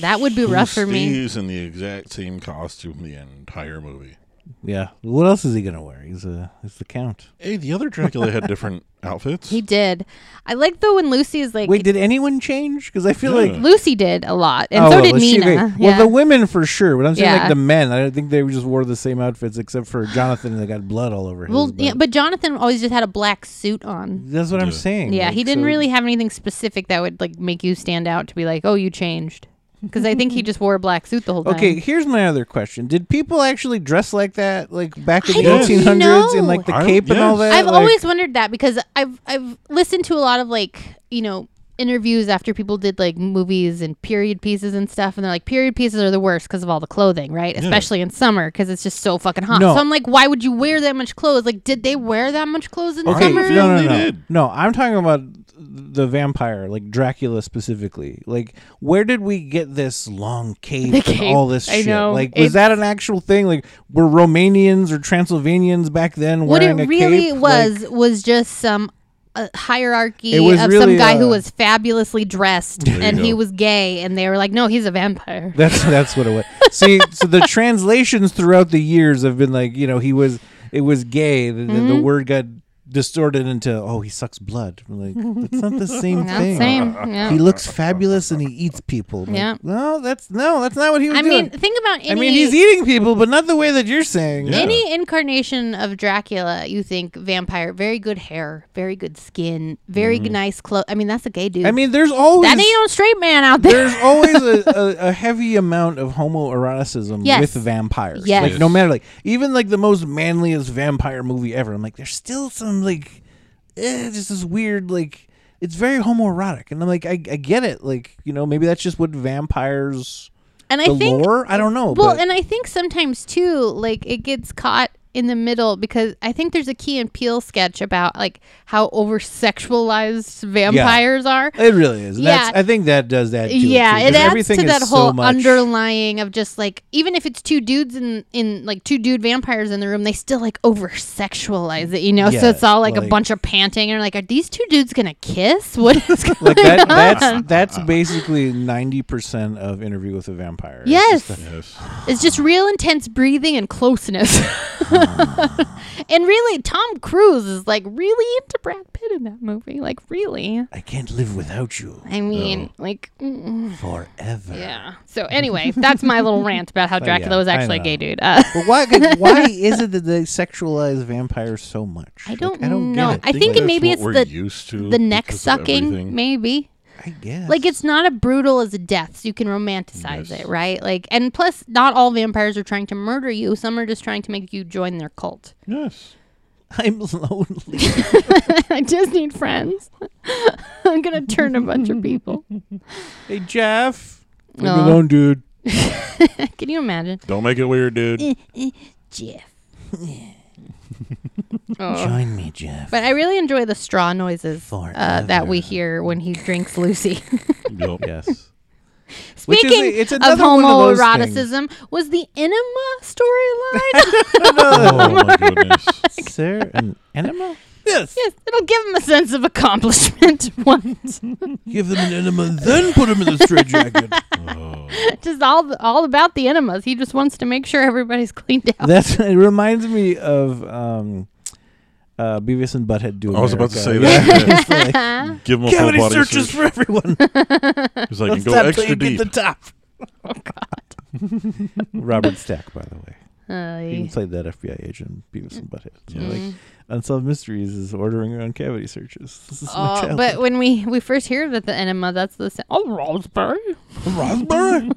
Speaker 3: that would be rough for me.
Speaker 2: Steve's in the exact same costume the entire movie.
Speaker 1: Yeah. What else is he gonna wear? He's a he's the count.
Speaker 2: Hey, the other Dracula had
Speaker 3: [laughs]
Speaker 2: different outfits.
Speaker 3: He did. I like though when Lucy is like,
Speaker 1: Wait, did anyone change? Because I feel like.
Speaker 3: Lucy did a lot, and
Speaker 1: oh,
Speaker 3: so
Speaker 1: well,
Speaker 3: did
Speaker 1: she-
Speaker 3: Nina.
Speaker 1: okay.
Speaker 3: yeah.
Speaker 1: Well, the women for sure, but I'm saying
Speaker 3: Yeah.
Speaker 1: like the men. I think they just wore the same outfits except for Jonathan. They got blood all over his.
Speaker 3: Well,
Speaker 1: but
Speaker 3: yeah, but Jonathan always just had a black suit on.
Speaker 1: that's what I'm
Speaker 2: Yeah.
Speaker 1: saying.
Speaker 3: Yeah,
Speaker 1: like,
Speaker 3: he didn't
Speaker 1: so-
Speaker 3: really have anything specific that would like make you stand out to be like, oh, you changed. Because
Speaker 1: [laughs]
Speaker 3: I think he just wore a black suit the whole time.
Speaker 1: Okay, here's my other question: Did people actually dress like that, like back in
Speaker 3: I
Speaker 1: the
Speaker 2: don't
Speaker 1: 1800s, in
Speaker 3: know.
Speaker 1: like the
Speaker 2: I don't-
Speaker 1: cape and all
Speaker 2: yes.
Speaker 1: that?
Speaker 3: I've
Speaker 1: Like,
Speaker 3: always wondered that because I've I've listened to a lot of like you know interviews after people did like movies and period pieces and stuff, and they're like period pieces are the worst because of all the clothing, right? Especially in summer because it's just so fucking hot.
Speaker 1: No.
Speaker 3: So I'm like, why would you wear that much clothes? Like, did they wear that much clothes in
Speaker 1: okay,
Speaker 3: summer?
Speaker 1: no, no,
Speaker 2: They
Speaker 1: no,
Speaker 2: did.
Speaker 1: no. I'm talking about the vampire, like Dracula specifically. Like, where did we get this long cape,
Speaker 3: The
Speaker 1: and
Speaker 3: cape,
Speaker 1: all this
Speaker 3: I
Speaker 1: shit?
Speaker 3: know.
Speaker 1: Like, was
Speaker 3: It's-
Speaker 1: that an actual thing? Like, were Romanians or Transylvanians back then
Speaker 3: What
Speaker 1: wearing
Speaker 3: it
Speaker 1: a
Speaker 3: really
Speaker 1: cape? Like,
Speaker 3: was was just some a hierarchy
Speaker 1: It was
Speaker 3: of
Speaker 1: really,
Speaker 3: some guy
Speaker 1: uh,
Speaker 3: who was fabulously dressed
Speaker 2: you
Speaker 3: and he
Speaker 2: go.
Speaker 3: was gay, and they were like, "No, he's a vampire."
Speaker 1: That's that's what it was. See, so the translations throughout the years have been like, you know, he was it was gay. The, the-
Speaker 3: Mm-hmm.
Speaker 1: the word got distorted into oh, he sucks blood. I'm like that's
Speaker 3: [laughs]
Speaker 1: not the same
Speaker 3: Not
Speaker 1: thing.
Speaker 3: same. Yeah.
Speaker 1: He looks fabulous and he eats people. I'm like,
Speaker 3: Oh. Yeah.
Speaker 1: No, that's no, that's not what he was
Speaker 3: I
Speaker 1: doing.
Speaker 3: mean, think about any.
Speaker 1: I mean, he's eating people, but not the way that you're saying.
Speaker 2: Yeah.
Speaker 3: Any incarnation of Dracula, you think vampire, very good hair, very good skin, very g- nice clothes. I mean, that's a gay dude.
Speaker 1: Mm-hmm. I mean, there's always
Speaker 3: that ain't no straight man out there.
Speaker 1: there's always a, a, a heavy amount of homoeroticism
Speaker 3: Yes.
Speaker 1: with vampires.
Speaker 3: Yes.
Speaker 1: Like no matter like even like the most manliest vampire movie ever. I'm like, there's still some like eh, just this weird like it's very homoerotic. And I'm like, I, I get it. Like, you know, maybe that's just what vampires
Speaker 3: And I
Speaker 1: the
Speaker 3: think
Speaker 1: lore. I don't know.
Speaker 3: Well,
Speaker 1: but
Speaker 3: and I think sometimes too, like it gets caught in the middle because I think there's a Key and Peele sketch about like how over sexualized vampires are.
Speaker 1: it really is. That's,
Speaker 3: Yeah.
Speaker 1: I think that does that. To it, too,
Speaker 3: yeah,
Speaker 1: 'cause
Speaker 3: it adds
Speaker 1: everything
Speaker 3: to
Speaker 1: is
Speaker 3: that
Speaker 1: so
Speaker 3: whole
Speaker 1: much-
Speaker 3: underlying of just like even if it's two dudes in in like two dude vampires in the room, they still like over sexualize it, you know. so
Speaker 1: Yeah,
Speaker 3: it's all like,
Speaker 1: like-
Speaker 3: a bunch of panting and like, are these two dudes gonna kiss? What
Speaker 1: [laughs]
Speaker 3: is going
Speaker 1: Like that,
Speaker 3: [laughs] on?
Speaker 1: that's that's basically ninety percent of Interview with a Vampire. It's
Speaker 3: Yes.
Speaker 1: just
Speaker 2: Yes.
Speaker 3: It's just real intense breathing and closeness. [laughs] and really, Tom Cruise is like really into Brad Pitt in that movie. Like, really?
Speaker 1: a, I can't live without you
Speaker 3: I mean, like, mm,
Speaker 1: forever.
Speaker 3: yeah. So, anyway, that's my little rant about
Speaker 1: [laughs]
Speaker 3: how Dracula
Speaker 1: Oh, yeah,
Speaker 3: was
Speaker 1: I
Speaker 3: actually a
Speaker 1: know.
Speaker 3: gay dude. Uh,
Speaker 1: But
Speaker 3: [laughs]
Speaker 1: why? like, why is it that they sexualize vampires so much?
Speaker 3: I
Speaker 1: Like,
Speaker 3: don't,
Speaker 1: I don't
Speaker 3: know.
Speaker 1: Get it.
Speaker 3: [laughs] I think it
Speaker 2: that's
Speaker 3: maybe
Speaker 2: what
Speaker 3: it's
Speaker 2: we're
Speaker 3: the,
Speaker 2: used to
Speaker 3: the neck
Speaker 2: because of
Speaker 3: sucking,
Speaker 2: everything.
Speaker 3: maybe.
Speaker 1: I guess.
Speaker 3: Like it's not as brutal as a death, so you can romanticize
Speaker 2: Yes.
Speaker 3: it, right? Like, and plus, not all vampires are trying to murder you. Some are just trying to make you join their cult.
Speaker 2: Yes.
Speaker 1: [laughs] I'm lonely.
Speaker 3: [laughs] I just need friends. [laughs] I'm gonna turn a bunch of
Speaker 1: [laughs]
Speaker 3: people.
Speaker 1: hey Jeff. Leave
Speaker 3: Aw.
Speaker 1: me alone, dude.
Speaker 3: Oh, [laughs] Can you imagine?
Speaker 2: Don't make it weird,
Speaker 3: [laughs]
Speaker 2: dude.
Speaker 3: Jeff. [laughs]
Speaker 1: Join me, Jeff.
Speaker 3: Oh. Uh. But I really enjoy the straw noises uh, that we
Speaker 1: Forever.
Speaker 3: hear when he drinks Lucy. [laughs]
Speaker 2: Yup.
Speaker 1: [laughs] yes. Which is a-
Speaker 3: Speaking
Speaker 1: it's
Speaker 3: of
Speaker 1: another one of those
Speaker 3: homoeroticism, was the enema storyline?
Speaker 2: Oh my goodness.
Speaker 1: Sir, an enema? Yes.
Speaker 3: yes, it'll give him a sense of accomplishment [laughs] once.
Speaker 1: Give them an enema, then put them in the
Speaker 3: [laughs]
Speaker 1: straitjacket.
Speaker 2: Oh.
Speaker 3: just all all about the enemas. He just wants to make sure everybody's cleaned
Speaker 1: [laughs]
Speaker 3: out.
Speaker 1: That's. It reminds me of um, uh, Beavis and Butthead do.
Speaker 2: I was about to say
Speaker 1: America.
Speaker 2: that.
Speaker 1: Yeah. [laughs] It's like,
Speaker 2: Give him a full
Speaker 1: Cavity
Speaker 2: body
Speaker 1: searches
Speaker 2: search.
Speaker 1: for
Speaker 2: [laughs]
Speaker 1: everyone.
Speaker 2: He's like, and
Speaker 1: Let's
Speaker 2: go
Speaker 1: stop till
Speaker 2: extra
Speaker 1: you get
Speaker 2: deep.
Speaker 1: the
Speaker 3: [laughs]
Speaker 1: top. Oh God. [laughs] Robert Stack, by the way. He
Speaker 3: Uh,
Speaker 1: played that FBI agent, Beavis and Butthead. So
Speaker 3: Mm-hmm.
Speaker 1: like, Unsolved Mysteries is ordering around cavity searches. This is my
Speaker 3: Oh,
Speaker 1: child. [laughs]
Speaker 3: but when we we first hear that the enema, that's the sound. Oh, raspberry.
Speaker 1: Raspberry?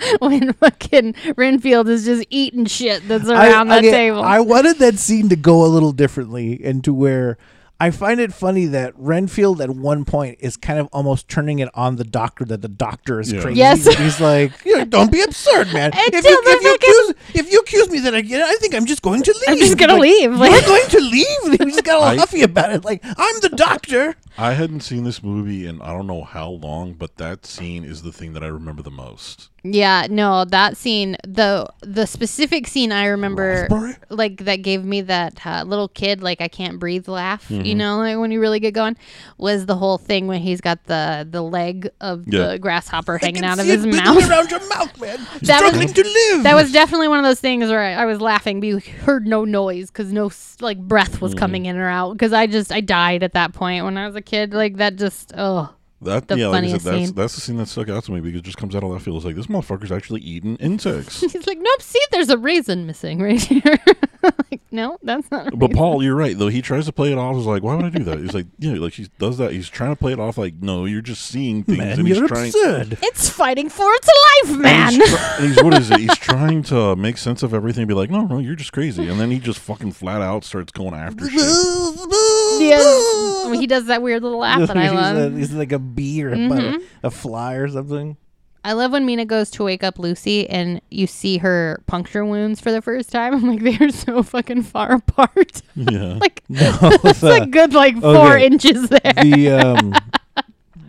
Speaker 3: [laughs] when fucking Renfield is just eating shit that's
Speaker 1: I-
Speaker 3: around that
Speaker 1: okay,
Speaker 3: table.
Speaker 1: I wanted that scene to go a little differently and to where I find it funny that Renfield at one point is kind of almost turning it on the doctor that the doctor is
Speaker 2: Yeah.
Speaker 1: crazy.
Speaker 3: Yes.
Speaker 1: He's [laughs] like, you know, don't be absurd, man. if,
Speaker 3: [laughs] Until
Speaker 1: you,
Speaker 3: the
Speaker 1: if, you
Speaker 3: fucking-
Speaker 1: accuse, if you accuse me that I get it, I think I'm just going to leave.
Speaker 3: I'm just gonna
Speaker 1: Like,
Speaker 3: leave, [laughs]
Speaker 1: You're
Speaker 3: like-
Speaker 1: going to leave? He just got all
Speaker 2: I-
Speaker 1: huffy about it. Like, I'm the doctor.
Speaker 2: I hadn't seen this movie in I don't know how long, but that scene is the thing that I remember the most.
Speaker 3: yeah, no, that scene, the the specific scene I remember,
Speaker 1: Raspberry?
Speaker 3: like that gave me that uh, little kid, like I can't breathe laugh. You know, like when you really get going, was the whole thing when he's got the the leg of
Speaker 2: Yeah.
Speaker 3: the grasshopper
Speaker 1: I
Speaker 3: hanging
Speaker 1: can
Speaker 3: out of
Speaker 1: see it
Speaker 3: his
Speaker 1: wiggling
Speaker 3: mouth.
Speaker 1: around your mouth, man.
Speaker 3: That was-
Speaker 1: Struggling to live.
Speaker 3: That was definitely one of those things where I, I was laughing, but you heard no noise because no s- like breath was coming in or out. Because I just I died at that point when I was a kid. Like that just oh
Speaker 2: That
Speaker 3: The
Speaker 2: yeah, like I said,
Speaker 3: funniest
Speaker 2: that's
Speaker 3: scene.
Speaker 2: that's the scene that stuck out to me because it just comes out of left field. It's like this motherfucker's actually eating
Speaker 3: [laughs]
Speaker 2: insects.
Speaker 3: He's like, nope. See, there's a raisin missing right [laughs] here. like, no, that's not. a
Speaker 2: but Paul, you're right though. He tries to play it off. He's like, why would I do that? He's like, yeah, like she does that. He's trying to play it off like, no, you're just seeing things,
Speaker 1: Man,
Speaker 2: and he's
Speaker 1: you're
Speaker 2: trying.
Speaker 3: [laughs]
Speaker 1: absurd.
Speaker 3: It's fighting for its life,
Speaker 1: [laughs]
Speaker 2: and
Speaker 3: man.
Speaker 2: He's, try- and he's- what is it? He's trying to make sense of everything. and Be like, no, no, you're just crazy. And then he just fucking flat out starts going after
Speaker 1: [laughs]
Speaker 2: shit.
Speaker 3: yes. Well, he does that weird little laugh that
Speaker 1: [laughs]
Speaker 3: I
Speaker 1: he's,
Speaker 3: love. Mm-hmm.
Speaker 1: A, he's like a bee or a- a, fly or
Speaker 3: [laughs]
Speaker 1: something. [laughs]
Speaker 3: I love when Mina goes to wake up Lucy and you see her puncture wounds for the first time. [laughs] I'm like, they are so fucking far [laughs] apart.
Speaker 2: Yeah.
Speaker 3: like,
Speaker 1: it's
Speaker 3: it's a good like four
Speaker 1: okay.
Speaker 3: inches there.
Speaker 1: the um,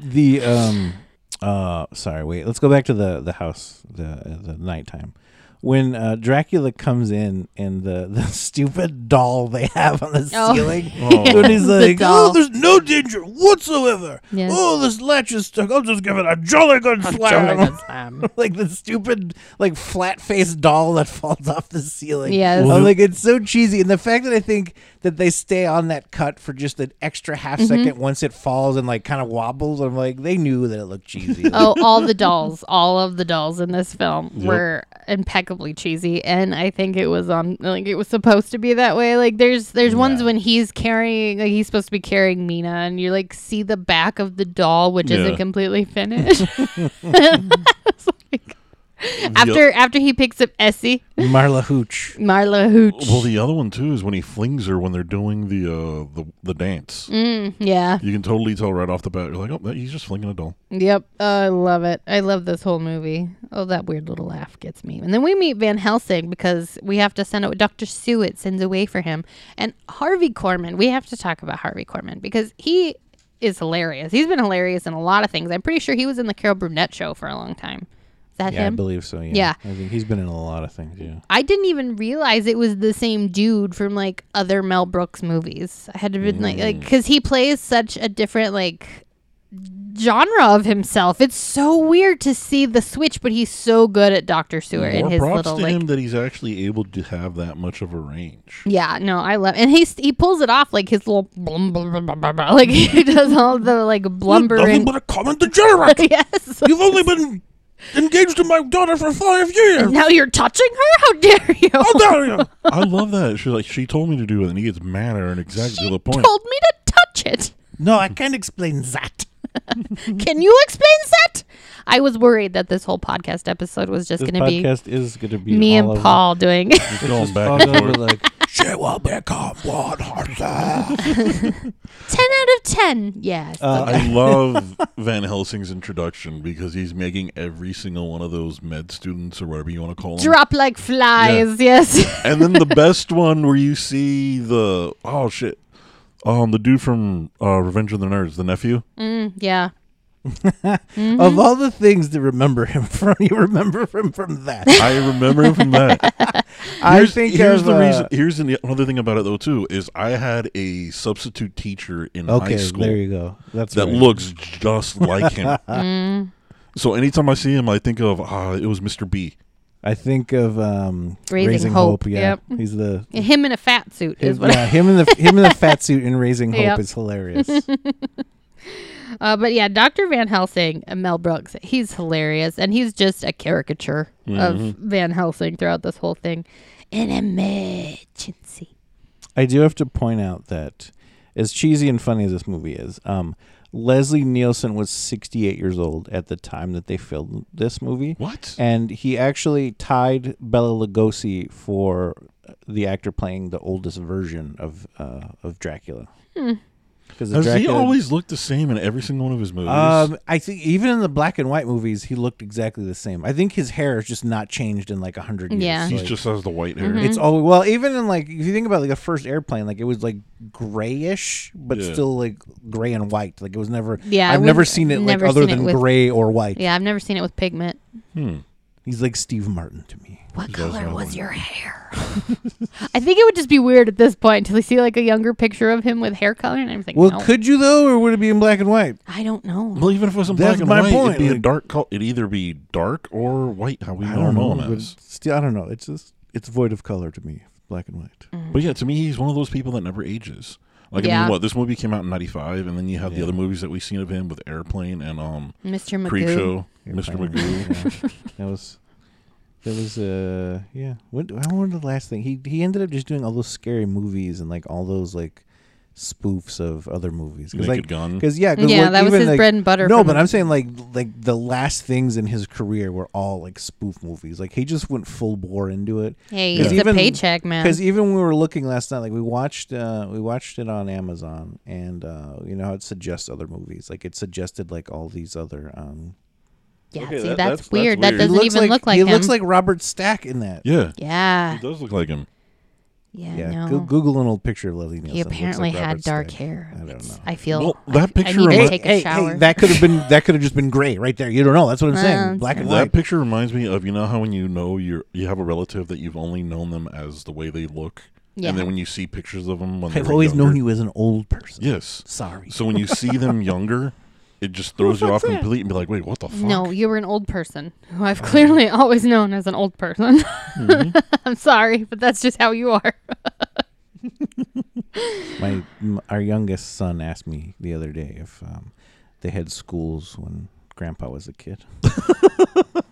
Speaker 1: the um, uh, sorry, wait. Let's go back to the the house, the the nighttime. when uh, Dracula comes in and the, [laughs] the stupid doll they have on the
Speaker 3: Oh. [laughs]
Speaker 1: ceiling.
Speaker 2: Oh.
Speaker 1: When he's
Speaker 3: The
Speaker 1: like, oh,
Speaker 3: doll.
Speaker 1: there's no danger whatsoever.
Speaker 3: Yes.
Speaker 1: Oh, this latch is stuck. I'll just give it a jolly good slam.
Speaker 3: Jonathan.
Speaker 1: [laughs] like the stupid, like flat faced doll that [laughs] falls off the ceiling.
Speaker 3: Yes.
Speaker 1: I'm like, it's so cheesy. And the fact that I think that they stay on that cut for just an extra half
Speaker 3: Mm-hmm.
Speaker 1: second once it falls and like kind of wobbles, I'm like, they knew that it looked cheesy.
Speaker 3: [laughs] oh,
Speaker 2: [laughs]
Speaker 3: all the dolls, all of the dolls in this film
Speaker 2: Yep.
Speaker 3: were impeccably cheesy, and I think it was on like it was supposed to be that way. Like there's there's ones when he's carrying like he's supposed to be carrying Mina, and you like see the back of the doll which
Speaker 2: Yeah.
Speaker 3: isn't
Speaker 2: [laughs]
Speaker 3: completely finished. [laughs] It's like- after after he picks up Essie,
Speaker 1: Marla Hooch.
Speaker 3: Marla Hooch,
Speaker 2: Well, the other one too is when he flings her when they're doing the uh, the the dance.
Speaker 3: Mm. yeah,
Speaker 2: You can totally tell right off the bat. You're like, oh, that- he's just flinging a doll.
Speaker 3: Yep. Oh, I love it. I love this whole movie. Oh, that weird little laugh gets me. And then we meet Van Helsing because we have to send out Dr. Sewitt sends away for him. And Harvey Korman, we have to talk about Harvey Korman because he is hilarious. He's been hilarious in a lot of things. I'm pretty sure he was in the Carol Burnett show for a long time. Is that
Speaker 1: Yeah, I
Speaker 3: him?
Speaker 1: believe so. Yeah.
Speaker 3: Yeah.
Speaker 1: I think he's been in a lot of things. Yeah.
Speaker 3: I didn't even realize it was the same dude from like other Mel Brooks movies. I had to been like,
Speaker 2: Mm.
Speaker 3: like, because he plays such a different like genre of himself. It's so weird to see the switch, but he's so good at Doctor Sewer in
Speaker 2: More
Speaker 3: his
Speaker 2: props
Speaker 3: little
Speaker 2: to
Speaker 3: like.
Speaker 2: him that he's actually able to have that much of a
Speaker 3: [laughs]
Speaker 2: range.
Speaker 3: Yeah, no, I love, and he's he pulls it off like his little blum, blum, blum, blum, blum, blum, like [laughs] he does all the like blumbering.
Speaker 2: a common
Speaker 3: [laughs]
Speaker 2: degenerate.
Speaker 3: yes.
Speaker 2: [laughs] You've only been engaged to my daughter for five years.
Speaker 3: Now you're touching her? How dare you? [laughs]
Speaker 1: [laughs]
Speaker 2: I love that. She's like, she told me to do it, and he gets mad at her and exactly to the point.
Speaker 3: Told me to touch it.
Speaker 1: No, I can't explain that.
Speaker 3: Can you explain that? I was worried that this whole podcast episode was just
Speaker 1: This
Speaker 3: going to be
Speaker 1: podcast is going to be
Speaker 3: me
Speaker 1: all
Speaker 3: and
Speaker 1: over-
Speaker 3: Paul doing. [laughs]
Speaker 2: He's going
Speaker 1: all
Speaker 2: back and
Speaker 1: over,
Speaker 2: forth.
Speaker 1: like,
Speaker 2: She will become one herself.
Speaker 3: 10 out of 10. Yes.
Speaker 1: Uh,
Speaker 2: I love Van Helsing's introduction because he's making every single one of those med students or whatever you want to call them.
Speaker 3: Drop like flies. Yes. [laughs]
Speaker 2: and then the best one where you see the oh shit, um, the dude from uh, Revenge of the Nerds, the nephew.
Speaker 3: Mm, yeah.
Speaker 1: [laughs] of all the things to remember him [laughs] from, you remember him from that.
Speaker 2: I remember him from that.
Speaker 1: [laughs] I think
Speaker 2: here's
Speaker 1: of,
Speaker 2: the
Speaker 1: uh,
Speaker 2: reason. Here's the, another thing about it though too is I had a substitute teacher in
Speaker 1: Okay,
Speaker 2: high school
Speaker 1: there you go. That's
Speaker 2: that
Speaker 1: right.
Speaker 2: looks
Speaker 1: [laughs]
Speaker 2: just like him.
Speaker 1: Ah.
Speaker 3: Mm.
Speaker 2: So anytime I see him, I think of ah, it was Mr. B.
Speaker 1: I think of um,
Speaker 3: Raising
Speaker 1: raising,
Speaker 3: Hope,
Speaker 1: hope. Yeah, he's the
Speaker 3: And him in a fat suit is
Speaker 1: his,
Speaker 3: what.
Speaker 1: yeah, him in the him in the fat suit in raising hope
Speaker 3: Yep.
Speaker 1: is hilarious.
Speaker 3: [laughs] Uh, but yeah, Dr. Van Helsing, uh, Mel Brooks, he's hilarious. And he's just a caricature of
Speaker 1: Mm-hmm.
Speaker 3: Van Helsing throughout this whole thing. An emergency.
Speaker 1: I do have to point out that as cheesy and funny as this movie is, um, Leslie Nielsen was 68 years old at the time that they filmed this movie.
Speaker 2: What?
Speaker 1: And he actually tied Bella Lugosi for the actor playing the oldest version of uh, of Dracula.
Speaker 3: Hmm.
Speaker 1: Because
Speaker 2: Has he always looked the same in every single one of his movies?
Speaker 1: Um, I think even in the black and white movies, he looked exactly the same. I think his hair has just not changed in like a hundred years.
Speaker 3: Yeah. Hmm.
Speaker 2: He's
Speaker 1: Like,
Speaker 2: just has the white hair.
Speaker 1: it's all well, even in like if you think about like the first airplane, like it was like grayish, but
Speaker 2: Yeah.
Speaker 1: still like gray and white. Like it was never.
Speaker 3: Yeah, I
Speaker 1: I've never
Speaker 3: wouldn't-
Speaker 1: seen it like
Speaker 3: never
Speaker 1: other
Speaker 3: seen it
Speaker 1: than
Speaker 3: with-
Speaker 1: gray or white.
Speaker 3: Yeah, I've never seen it with pigment.
Speaker 1: mm-hmm.
Speaker 2: Hmm.
Speaker 1: He's like Steve Martin to me.
Speaker 3: What
Speaker 2: does
Speaker 3: color
Speaker 2: have
Speaker 3: was
Speaker 2: one.
Speaker 3: your hair? [laughs] I think it would just be weird at this point until they see like a younger picture of him with hair color, and I'm thinking,
Speaker 1: Well,
Speaker 3: no,
Speaker 1: could you though, or would it be in black and white?
Speaker 3: I don't know.
Speaker 2: Well, even if it was in
Speaker 1: That's
Speaker 2: black and
Speaker 1: my
Speaker 2: white,
Speaker 1: point,
Speaker 2: it'd be a
Speaker 1: like-
Speaker 2: dark color. It'd either be dark or white. How we
Speaker 1: I
Speaker 2: all
Speaker 1: don't
Speaker 2: know
Speaker 1: know.
Speaker 2: him
Speaker 1: but
Speaker 2: as.
Speaker 1: Still, I don't know. It's just it's void of color to me, black and white.
Speaker 3: Mm.
Speaker 2: But yeah, to me, he's one of those people that never ages. Like I
Speaker 3: Yeah.
Speaker 2: mean, what this movie came out in '95, and then you have the other movies that we've seen of him with Airplane and um
Speaker 3: Mr. Magoo.
Speaker 2: Creep Show,
Speaker 1: Mr.
Speaker 2: Mr.
Speaker 1: [laughs]
Speaker 2: Magoo.
Speaker 1: That was that was uh yeah. What I remember the last thing he he ended up just doing all those scary movies and like all those like spoofs of other movies.
Speaker 2: Naked
Speaker 1: like,
Speaker 2: Gun.
Speaker 1: Because yeah, 'cause,
Speaker 3: Yeah,
Speaker 1: like,
Speaker 3: that was
Speaker 1: even,
Speaker 3: his
Speaker 1: like-
Speaker 3: bread and butter
Speaker 1: No,
Speaker 3: from
Speaker 1: but
Speaker 3: the-
Speaker 1: I'm saying like like the last things in his career were all like spoof movies. Like he just went full bore into it.
Speaker 3: Hey,
Speaker 1: 'Cause
Speaker 3: he's the paycheck man.
Speaker 1: Because even when we were looking last night, like we watched, uh, we watched it on Amazon, and uh, you know how it suggests other movies. Like it suggested like all these other. Um,
Speaker 3: yeah,
Speaker 2: Okay,
Speaker 3: see,
Speaker 2: that-
Speaker 3: that's,
Speaker 2: that's- that's
Speaker 3: weird.
Speaker 2: weird.
Speaker 3: That
Speaker 1: he
Speaker 3: doesn't
Speaker 1: looks
Speaker 3: even
Speaker 1: like,
Speaker 3: look like
Speaker 1: he
Speaker 3: him.
Speaker 1: looks like Robert Stack in that.
Speaker 2: yeah,
Speaker 3: yeah,
Speaker 2: he does look like him.
Speaker 3: yeah,
Speaker 1: Yeah,
Speaker 3: no.
Speaker 1: go, Google an old picture of Leslie Nielsen.
Speaker 3: he
Speaker 1: It looks
Speaker 3: apparently
Speaker 1: like
Speaker 3: had
Speaker 1: Robert
Speaker 3: dark
Speaker 1: Stack.
Speaker 3: hair.
Speaker 1: I I don't know.
Speaker 3: I feel
Speaker 2: Well,
Speaker 3: I-
Speaker 2: that picture
Speaker 3: I need
Speaker 2: remi-
Speaker 3: to take a
Speaker 1: hey,
Speaker 3: shower.
Speaker 1: hey, that could have been that could have just been gray right there. You don't know. That's what I'm
Speaker 3: Uh,
Speaker 1: saying. Black and
Speaker 2: That
Speaker 1: white.
Speaker 2: picture reminds me of you know how when you know you are you have a relative that you've only known them as the way they look,
Speaker 3: Yeah.
Speaker 2: and then when you see pictures of them when they
Speaker 1: I've
Speaker 2: were
Speaker 1: always known
Speaker 2: younger-
Speaker 1: you as an old person.
Speaker 2: Yes.
Speaker 1: Sorry.
Speaker 2: So when you see
Speaker 1: [laughs]
Speaker 2: them younger, it just throws you off completely and be like, wait, what the fuck?
Speaker 3: No, you were an old person who I've
Speaker 1: Mm-hmm.
Speaker 3: clearly [laughs] always known as an old person. [laughs] I'm sorry, but that's just how you are.
Speaker 1: My m- our youngest son asked me the other day if um, they had schools when Grandpa was a kid.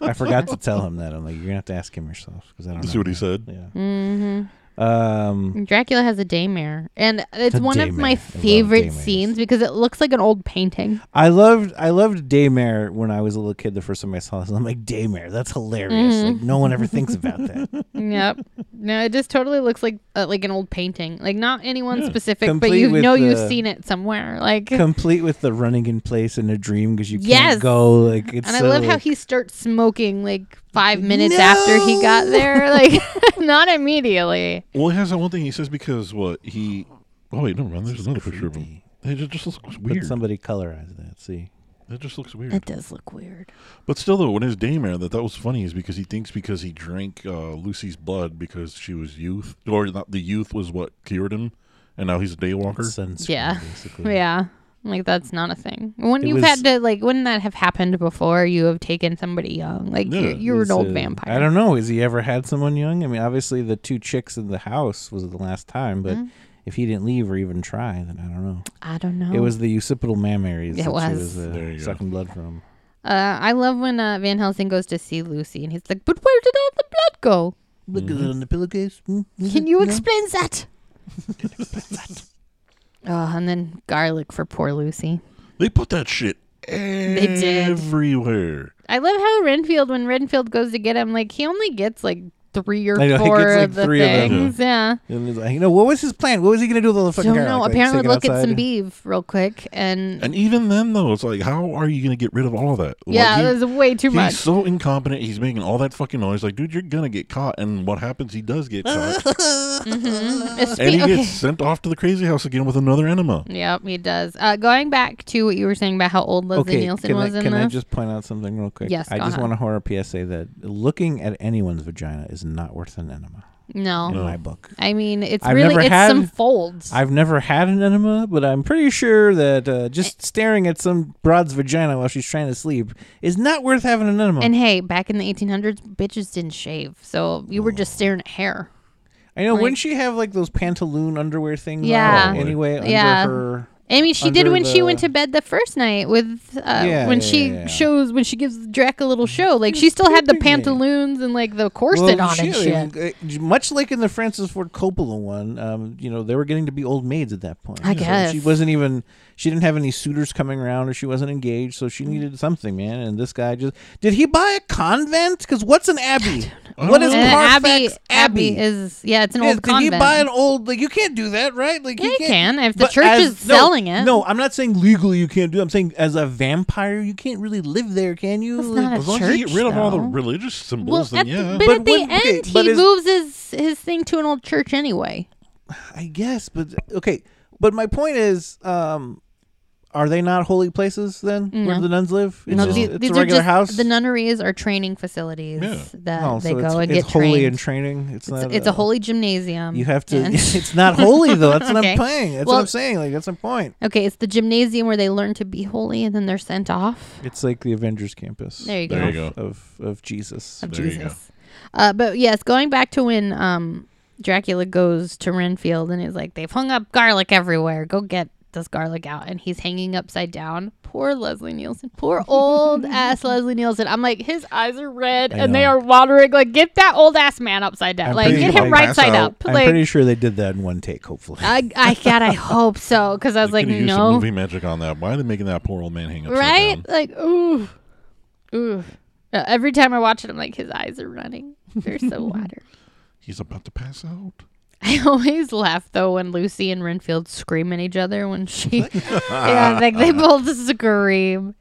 Speaker 1: I forgot to tell him that. I'm like, you're gonna have to ask him yourself because I don't
Speaker 2: See
Speaker 1: know.
Speaker 2: what he said?
Speaker 1: Yeah.
Speaker 3: Mm-hmm.
Speaker 1: Um.
Speaker 3: Dracula has a daymare, and it's
Speaker 1: A
Speaker 3: one of
Speaker 1: daymare. I
Speaker 3: my
Speaker 1: love
Speaker 3: favorite
Speaker 1: daymares.
Speaker 3: scenes because it looks like an old [laughs] painting.
Speaker 1: I loved I loved Daymare when I was a little kid. The first time I saw this, I'm like, Daymare, that's hilarious.
Speaker 3: Mm-hmm.
Speaker 1: Like no one ever thinks about
Speaker 3: [laughs]
Speaker 1: that. [laughs]
Speaker 3: yep. No, it just totally looks like uh, like an old painting. Like not anyone specific, but
Speaker 1: Complete
Speaker 3: you
Speaker 1: with
Speaker 3: know
Speaker 1: the-
Speaker 3: you've seen it somewhere. Like,
Speaker 1: Complete with the running in place in a dream because you can't
Speaker 3: Yes.
Speaker 1: go. Like it's
Speaker 3: and I
Speaker 1: so,
Speaker 3: love how
Speaker 1: like-
Speaker 3: he starts smoking like five minutes after he got there. [laughs] Like, not immediately.
Speaker 2: Well, he has that one thing he says because what he. Oh wait, no, man. There's another picture of him.
Speaker 1: creepy.
Speaker 2: It ju- just looks
Speaker 1: But
Speaker 2: weird.
Speaker 1: somebody colorized that. See,
Speaker 2: That just looks weird.
Speaker 3: It does look weird.
Speaker 2: But still, though, when his daymare, that that was funny is because he thinks because he drank uh, Lucy's blood because she was youth, or not the youth was what cured him, and now he's a daywalker.
Speaker 1: sunscreen.
Speaker 3: Yeah.
Speaker 1: Basically.
Speaker 3: [laughs] Yeah. Like that's not a thing. When
Speaker 1: It
Speaker 3: you've
Speaker 1: was-
Speaker 3: had to like, wouldn't that have happened before? You have taken somebody young, like
Speaker 2: Yeah,
Speaker 3: you're, you're an
Speaker 1: Is,
Speaker 3: old
Speaker 1: uh,
Speaker 3: vampire.
Speaker 1: I don't know. Has he ever had someone young? I mean, obviously the two chicks in the house was the last time, but
Speaker 3: Mm-hmm.
Speaker 1: if he didn't leave or even try, then I don't know.
Speaker 3: I don't know.
Speaker 1: It was the occipital mammaries.
Speaker 3: Oh. It
Speaker 1: that she
Speaker 3: was.
Speaker 1: was uh,
Speaker 2: There you go.
Speaker 1: sucking blood from.
Speaker 3: Uh, I love when uh, Van Helsing goes to see Lucy, and he's like, "But where did all the blood go?
Speaker 1: Look at it on the pillowcase. Mm-hmm.
Speaker 3: [laughs] Can you explain
Speaker 1: [laughs]
Speaker 3: that?" Oh, and then garlic for poor Lucy.
Speaker 2: They put that shit
Speaker 3: did.
Speaker 2: everywhere.
Speaker 3: I love how Renfield, when Renfield goes to get him, like he only gets like three or
Speaker 1: I know, he
Speaker 3: four
Speaker 1: gets, like,
Speaker 3: of the
Speaker 1: three of them.
Speaker 3: things. yeah.
Speaker 1: And he's like, you know, what was his plan? What was he gonna do with all the fucking
Speaker 3: Don't
Speaker 1: garlic?
Speaker 3: know.
Speaker 1: Like,
Speaker 3: Apparently,
Speaker 1: take it
Speaker 3: look at some
Speaker 1: outside?
Speaker 3: beef real quick, and,
Speaker 2: And even then, though, it's like, how are you going to get rid of all of that? Like,
Speaker 3: yeah,
Speaker 2: he-
Speaker 3: it was way too
Speaker 2: he's
Speaker 1: [laughs]
Speaker 3: much.
Speaker 2: so incompetent. He's making all that fucking noise. Like, dude, you're going to get caught. And what happens? He does
Speaker 3: [laughs]
Speaker 2: get caught.
Speaker 3: It's
Speaker 2: and he
Speaker 3: be- okay.
Speaker 2: gets sent off to the crazy house again with another enema.
Speaker 3: [laughs] Yep, he does. Uh, going back to what you were saying about how old Leslie
Speaker 1: Okay,
Speaker 3: Nielsen
Speaker 1: can,
Speaker 3: was
Speaker 1: I,
Speaker 3: in
Speaker 1: can I
Speaker 3: this.
Speaker 1: just point out something real quick?
Speaker 3: Yes,
Speaker 1: I
Speaker 3: go
Speaker 1: just
Speaker 3: ahead.
Speaker 1: want to horror PSA that looking at anyone's vagina is not worth an enema
Speaker 3: no.
Speaker 1: in my book.
Speaker 3: I mean, it's
Speaker 1: I've
Speaker 3: really
Speaker 1: never
Speaker 3: it's
Speaker 1: had-
Speaker 3: some folds.
Speaker 1: I've never had an enema, but I'm pretty sure that uh,
Speaker 3: Eh.
Speaker 1: just staring at some broad's vagina while she's trying to sleep is not worth having an enema.
Speaker 3: and hey, back in the 1800s, bitches didn't shave, so you were just staring at hair.
Speaker 1: I know,
Speaker 3: like-
Speaker 1: wouldn't she have like those pantaloon underwear things?
Speaker 3: Yeah.
Speaker 1: On anyway, under
Speaker 3: Yeah.
Speaker 1: her.
Speaker 3: I mean, she did
Speaker 1: Under
Speaker 3: when she went
Speaker 1: the-
Speaker 3: to bed the first night with uh,
Speaker 1: Yeah,
Speaker 3: when
Speaker 1: yeah,
Speaker 3: she
Speaker 1: yeah, Mm. yeah.
Speaker 3: shows when she gives Drac a little show. Like she still had the
Speaker 1: peeping it.
Speaker 3: pantaloons and like the corset on and
Speaker 1: she-
Speaker 3: shit.
Speaker 1: uh, Much like in the Francis Ford Coppola one, um, you know, they were getting to be old maids at that point.
Speaker 3: I
Speaker 1: So
Speaker 3: guess.
Speaker 1: she wasn't even. She didn't have any suitors coming around, or she wasn't engaged, so she needed something, man. And this guy just did he buy a convent? Because what's an abbey? What is
Speaker 3: And then
Speaker 1: Carfax
Speaker 3: Abbey, Abbey
Speaker 1: Abbey?
Speaker 3: is yeah, it's an
Speaker 1: Yeah,
Speaker 3: old
Speaker 1: did
Speaker 3: convent.
Speaker 1: he buy an old like you can't do that right like
Speaker 3: Yeah, you
Speaker 1: can't-
Speaker 3: can, if the
Speaker 1: but
Speaker 3: church is
Speaker 1: no,
Speaker 3: selling it.
Speaker 1: no i'm not saying legally you can't do it. i'm saying as a vampire you can't really live there can you
Speaker 3: That's not a
Speaker 2: As long as you
Speaker 3: Church,
Speaker 2: get rid of all the
Speaker 3: though.
Speaker 2: religious
Speaker 3: well,
Speaker 2: symbols,
Speaker 3: at
Speaker 2: then
Speaker 3: the-
Speaker 2: yeah.
Speaker 3: but,
Speaker 1: But
Speaker 3: at the
Speaker 1: when- okay,
Speaker 3: end,
Speaker 1: but
Speaker 3: he
Speaker 1: is-
Speaker 3: moves his his thing to an old church anyway.
Speaker 1: I guess, but okay. But my point is, um, are they not holy places then? Where
Speaker 3: No.
Speaker 1: the nuns live? It's,
Speaker 3: No,
Speaker 1: just-
Speaker 3: the-
Speaker 1: it's
Speaker 3: these
Speaker 1: a
Speaker 3: are
Speaker 1: regular
Speaker 3: just-
Speaker 1: house.
Speaker 3: The nunneries are training facilities
Speaker 2: Yeah.
Speaker 3: that
Speaker 1: Oh,
Speaker 3: they
Speaker 1: so
Speaker 3: go
Speaker 1: it's,
Speaker 3: and
Speaker 1: it's
Speaker 3: get
Speaker 1: holy
Speaker 3: trained.
Speaker 1: in training. It's
Speaker 3: It's,
Speaker 1: not.
Speaker 3: it's a holy
Speaker 1: [laughs]
Speaker 3: gymnasium.
Speaker 1: You
Speaker 3: [laughs]
Speaker 1: have to. [laughs]
Speaker 3: and-
Speaker 1: It's not holy though. That's what
Speaker 3: [laughs] Okay.
Speaker 1: I'm playing. That's
Speaker 3: Well-
Speaker 1: what I'm saying. Like that's my point.
Speaker 3: okay, it's the gymnasium where they learn to be holy, and then they're sent off.
Speaker 1: It's like the Avengers campus.
Speaker 3: There you go.
Speaker 2: There you go.
Speaker 1: Of of Jesus.
Speaker 3: Of
Speaker 2: There you go.
Speaker 3: Jesus. Uh, but yes, going back to when um, Dracula goes to Renfield and he's like, "They've hung up garlic everywhere. Go get this garlic out." And he's hanging upside down. Poor Leslie Nielsen.
Speaker 1: [laughs]
Speaker 3: Poor old ass Leslie Nielsen. I'm like, his eyes are red
Speaker 1: I
Speaker 3: and they
Speaker 1: know.
Speaker 3: are watering. Like, get that old ass man upside down.
Speaker 1: I'm
Speaker 3: like,
Speaker 1: pretty-
Speaker 3: get him
Speaker 1: like,
Speaker 3: right
Speaker 2: pass
Speaker 3: side
Speaker 2: out.
Speaker 3: up.
Speaker 1: I'm
Speaker 3: like, Ah.
Speaker 1: pretty sure they did that in one take. Hopefully.
Speaker 3: I, I
Speaker 1: [laughs]
Speaker 3: God, I hope so. Because I was
Speaker 2: They
Speaker 3: like,
Speaker 2: coulda used some
Speaker 3: no,
Speaker 2: movie magic on that. Why are they making that poor old man hang upside
Speaker 3: right?
Speaker 2: down?
Speaker 3: Like, ooh, ooh. Uh, every time I watch it, I'm like, his eyes are running. They're so watery.
Speaker 2: He's about to pass out.
Speaker 3: I always laugh though when Lucy and [laughs] Renfield scream at each other when she, yeah, like they both scream.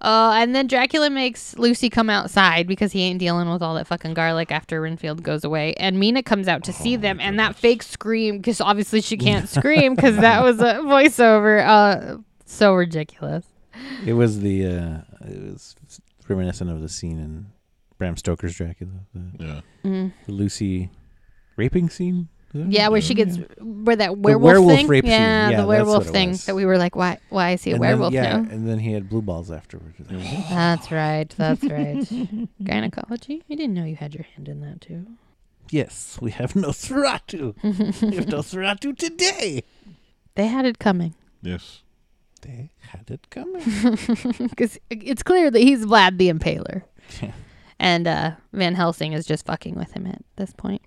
Speaker 3: Uh, and then Dracula makes Lucy come outside because he ain't dealing with all that fucking garlic after Renfield goes away. And Mina comes out to see them, and that fake scream because obviously she can't scream because that was a voiceover. Uh, so ridiculous.
Speaker 1: It was the uh, it was reminiscent of the scene in Bram Stoker's Dracula, the,
Speaker 2: Yeah.
Speaker 1: the Lucy raping scene. Is that
Speaker 3: Yeah,
Speaker 1: right?
Speaker 3: where she gets where that werewolf,
Speaker 1: Mm-hmm. werewolf
Speaker 3: thing.
Speaker 1: rape scene.
Speaker 3: Yeah,
Speaker 1: Yeah,
Speaker 3: the
Speaker 1: that's
Speaker 3: werewolf
Speaker 1: what it
Speaker 3: thing
Speaker 1: was.
Speaker 3: that we were like, why? Why is he a
Speaker 1: And
Speaker 3: werewolf
Speaker 1: then, yeah,
Speaker 3: now?
Speaker 1: and then he had blue balls afterward.
Speaker 3: [gasps] That's right. [laughs] That's right. Gynecology. I didn't know you had your hand in that too.
Speaker 1: yes, we have Nosferatu. we
Speaker 3: [laughs]
Speaker 1: have Nosferatu today.
Speaker 3: They had it [laughs] coming
Speaker 2: Yes.
Speaker 1: They had it coming.
Speaker 3: because it's clear that he's Vlad the Impaler,
Speaker 1: Yeah.
Speaker 3: and uh, Van Helsing is just fucking with him at this
Speaker 1: [laughs]
Speaker 3: point.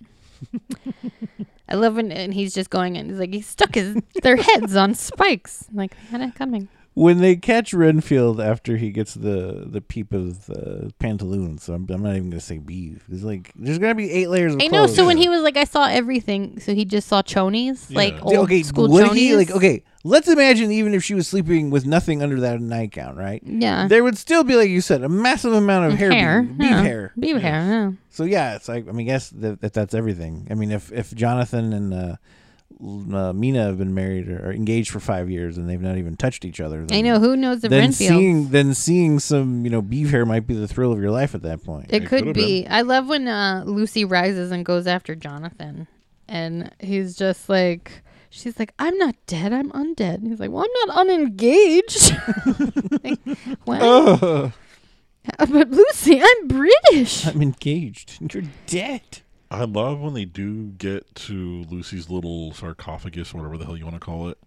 Speaker 3: I love when and he's just going and he's like he stuck his their heads on spikes. I'm like they had it coming.
Speaker 1: when they catch Renfield after he gets the the peep of the pantaloons, I'm, I'm not even gonna say beef. It's like there's gonna be eight layers of
Speaker 3: I know.
Speaker 1: clothes.
Speaker 3: So when he was like, I saw everything. So he just saw chonies, like
Speaker 2: Yeah.
Speaker 3: old
Speaker 1: okay,
Speaker 3: school
Speaker 1: would
Speaker 3: chonies.
Speaker 1: he like okay? Let's imagine even if she was sleeping with nothing under that nightgown, right?
Speaker 3: Yeah.
Speaker 1: There would still be, like you said, a massive amount of hair, beef, beef
Speaker 3: Uh. yeah.
Speaker 1: hair.
Speaker 3: Beef hair, yeah.
Speaker 1: So yeah, it's like I mean, guess that, that that's everything. I mean, if if Jonathan and uh, L- uh, Mina have been married or, or engaged for five years and they've not even touched each other, then,
Speaker 3: I know who knows the
Speaker 1: Then
Speaker 3: Renfield.
Speaker 1: seeing then seeing some you know beef hair might be the thrill of your life at that point.
Speaker 3: it
Speaker 2: It
Speaker 3: could
Speaker 2: could've
Speaker 3: be. I love when uh, Lucy rises and goes after Jonathan, and he's just like, she's like, I'm not dead, I'm undead. And he's like, Well, I'm not unengaged. [laughs]
Speaker 1: [laughs]
Speaker 3: like, what? But Lucy,
Speaker 1: [laughs]
Speaker 3: I'm
Speaker 1: [laughs]
Speaker 3: British.
Speaker 1: I'm engaged. You're dead.
Speaker 2: I love when they do get to Lucy's little sarcophagus, whatever the hell you want to call it,